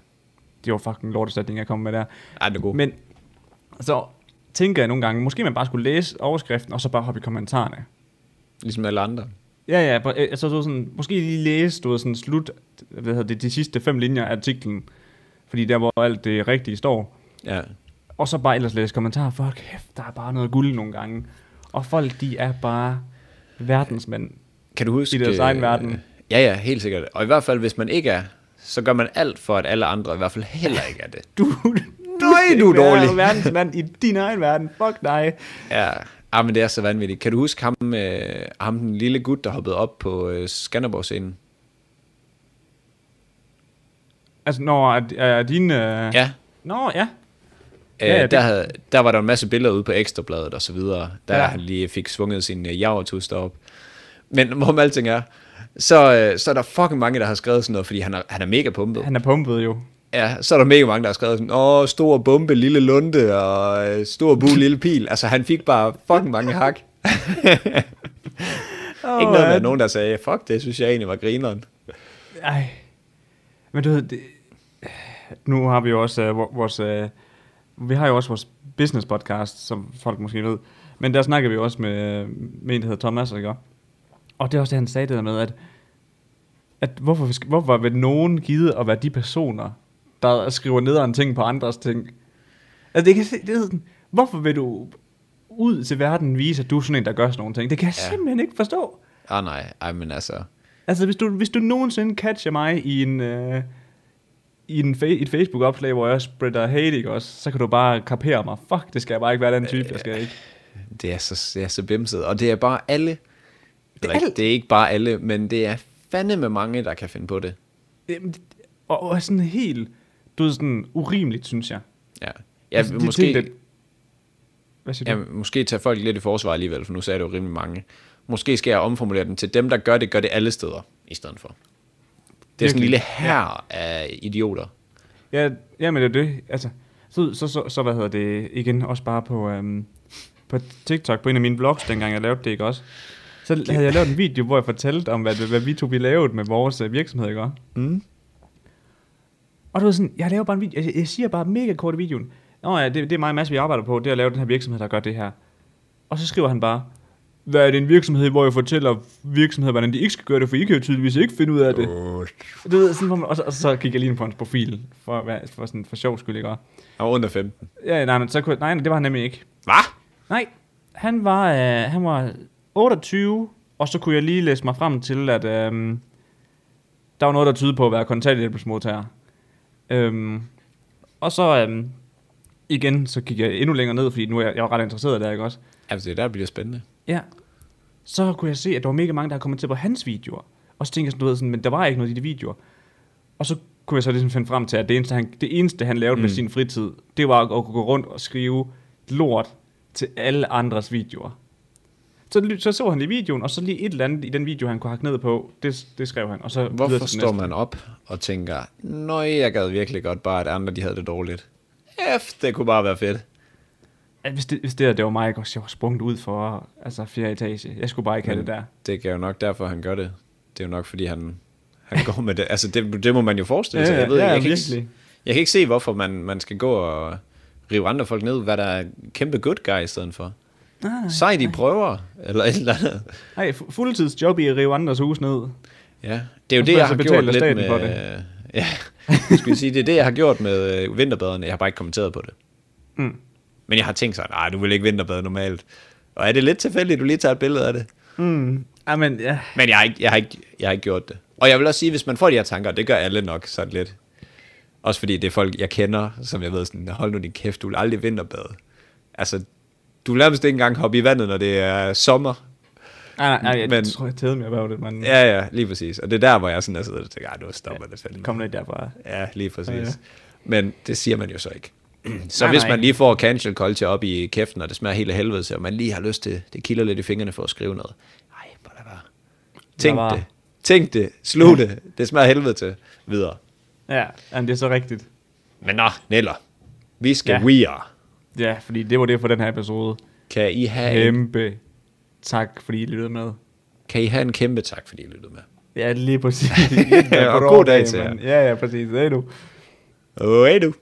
Det var fucking lortesætning, jeg kom med der.
Ej, det er god.
Men så tænker jeg nogle gange, måske man bare skulle læse overskriften, og så bare hoppe i kommentarerne.
Ligesom alle andre.
Ja, ja, på- øh, altså, så sådan, måske lige læse, du ved, sådan slut, hvad hedder det, de sidste fem linjer af artiklen, fordi der, hvor alt det rigtige står.
Ja.
Og så bare ellers læse kommentarer, for kæft, der er bare noget guld nogle gange. Og folk, de er bare verdensmænd.
Kan du huske...
I deres
øh,
egen verden.
Ja, ja, helt sikkert. Og i hvert fald, hvis man ikke er, så gør man alt for, at alle andre i hvert fald heller ikke er
[laughs]
det.
Du,
Nej,
skal
du er
ikke være
dårlig.
verdensmand i din egen verden. Fuck dig.
Ja, ah, men det er så vanvittigt. Kan du huske ham, øh, ham den lille gut, der hoppede op på øh, Skanderborg-scenen?
Altså, når er, er din... Øh...
Ja.
Nå, ja.
Øh,
Ja, ja,
ja,
det-
der, havde, der var der en masse billeder ude på Ekstrabladet og så videre, der
Ja.
ja. han lige fik svunget sin øh, javertuster op. Men [laughs] hvorom alting er, så, øh, så er der fucking mange, der har skrevet sådan noget, fordi han er, han er mega pumpet.
Han er pumpet jo.
Ja, så er der mega mange, der har skrevet sådan, åh, stor bombe, lille lunde, og øh, stor bu, lille pil. Altså, han fik bare fucking mange hak.
[laughs] Oh,
Ikke noget med at nogen, der sagde, fuck, det synes jeg egentlig var grineren.
Ej. Men du ved, det... nu har vi jo også øh, vor- vores... Øh... Vi har jo også vores business podcast, som folk måske ved. Men der snakker vi jo også med, øh, med en, der hedder Thomas, ikke? Og det er også det, han sagde det der med, at, at hvorfor, vi skal- hvorfor vil nogen gide at være de personer, der skriver nederen ting på andres ting? Altså, det kan se, det er sådan, hvorfor vil du ud til verden vise, at du er sådan en, der gør sådan nogle ting? Det kan jeg ja.
Ja.
simpelthen ikke forstå.
Ah, nej, ej, men altså,
Altså, hvis du, hvis du nogensinde catcher mig i en... Øh, i en fa- i et Facebook-opslag, hvor jeg spreader hate, ikke også? Så kan du bare kapere mig. Fuck, det skal jeg bare ikke være den type, jeg skal ikke.
det er så, det er så bimset. Og det er bare alle, det er,
alle.
ikke, det er ikke bare alle, men det er fandeme mange, der kan finde på det.
Jamen, det- Og, og sådan helt, du ved, sådan urimeligt, synes jeg.
Ja, ja
Altså,
altså,
det er
måske,
ting, der- Hvad siger
ja,
du?
måske tage folk lidt i forsvar alligevel, for nu sagde jeg det jo rimelig mange. Måske skal jeg omformulere den til dem, der gør det, gør det alle steder, i stedet for. Det er sådan en lille
Virkelig,
her af idioter.
Ja, ja, men det er det. Altså, så, så, så, så, hvad hedder det, igen, også bare på, øhm, på TikTok, på en af mine vlogs, dengang jeg lavede det, ikke også? Så havde jeg lavet en video, hvor jeg fortalte om, hvad, hvad vi to vi lavede med vores øh, virksomhed, ikke også? Mm. Og du var sådan, jeg laver bare en video, jeg, jeg siger bare mega kort i videoen, Nå ja, det, det er mig og Mads, vi arbejder på, det er at lave den her virksomhed, der gør det her. Og så skriver han bare, hvad er det en virksomhed, hvor jeg fortæller virksomheder, hvordan de ikke skal gøre det, for I kan jo tydeligvis ikke finde ud af det. Du ved, sådan, hvor man, og, så, og så gik jeg lige ind på hans profil, for, at være- for, sådan, for sjov skyld, ikke? Og-
Han var under 15.
Ja, nej, men så kunne, nej, nej, det var han nemlig ikke.
Hvad?
Nej, han var, øh, han var 28, og så kunne jeg lige læse mig frem til, at øh, der var noget, der tydede på at være kontanthjælpsmodtager. Øhm, og så øh, igen, så gik jeg endnu længere ned, fordi nu er jeg, jeg var ret interesseret der, ikke også?
Altså, det der bliver spændende.
Ja. Så kunne jeg se, at der var mega mange, der havde kommenteret på hans videoer. Og så tænkte jeg sådan, du ved, sådan, men der var ikke noget i de videoer. Og så kunne jeg så ligesom finde frem til, at det eneste, han, det eneste, han lavede mm. med sin fritid, det var at gå gå rundt og skrive lort til alle andres videoer. Så, ly- så så han lige videoen, og så lige et eller andet i den video, han kunne hakke ned på, det, det skrev han. Og så videre
Hvorfor
til den
står
næste.
man op og tænker, nøj, jeg gad virkelig godt bare, at andre de havde det dårligt. kæft, det kunne bare være fedt.
At Hvis det, hvis det, her, det var mig, ikke også? Jeg var sprunget ud for altså, fjerde etage. Jeg skulle bare ikke have
Men-
det der.
Det er jo nok derfor, han gør det. Det er jo nok, fordi han, han går med det. Altså, det, det må man jo forestille sig.
Ja,
jeg, ved,
ja,
ikke, jeg, kan
virkelig.
ikke, jeg kan ikke se, hvorfor man, man skal gå og rive andre folk ned, hvad der er kæmpe good guy i stedet for.
Ah, Nej,
Sej, de prøver, eller et eller andet.
Nej, fu- fuldtidsjob i at rive andres hus ned.
Ja, det er jo
Og
det,
så
jeg har gjort
betaler
lidt
staten
med...
for
det. [laughs] Ja, jeg skulle sige, det er det, jeg har gjort med øh, vinterbaderne. Jeg har bare ikke kommenteret på det.
Mm.
Men jeg har tænkt sådan, nej, du vil ikke vinterbade normalt. Og er det lidt tilfældigt, at du lige tager et billede af det?
Mm. Ja, men ja.
Men jeg har, ikke, jeg, har ikke, jeg har ikke gjort det. Og jeg vil også sige, hvis man får de her tanker, og det gør alle nok sådan lidt. Også fordi det er folk, jeg kender, som jeg ved sådan, hold nu din kæft, du vil aldrig vinterbade. Altså, du vil nærmest ikke engang hoppe i vandet, når det er sommer.
Nej, Ah, nej, nej jeg
Men-
men, tror, jeg tædede mig about it, man.
Ja, ja, lige præcis. Og det er der, hvor jeg sådan er siddet og tænker, "Ej, nu stopper det fandme.
Kom lidt derfra.
Ja, lige præcis.
Ja, ja.
Men det siger man jo så ikke. [clears throat] så nej,
Nej,
hvis
nej.
man lige får cancel culture op i kæften, og det smager helt af helvede, så man lige har lyst til, det kilder lidt i fingrene for at skrive noget. Nej, bare lad være. Tænk
være.
det. Tænk det. Slug det. Det smager af helvede til. Videre.
Ja, jamen, det er så rigtigt.
Men nå, Neller. Vi skal ja.
Ja.
we are.
Ja, fordi det var det for den her episode.
Kan I, have en,
Kæmpe tak, fordi I lyttede med.
kan I have en kæmpe tak, fordi I lyttede med.
Ja, lige præcis.
Ja, [laughs] og god dag til jer.
mand. Ja, ja, præcis. Det er du.
Hey du.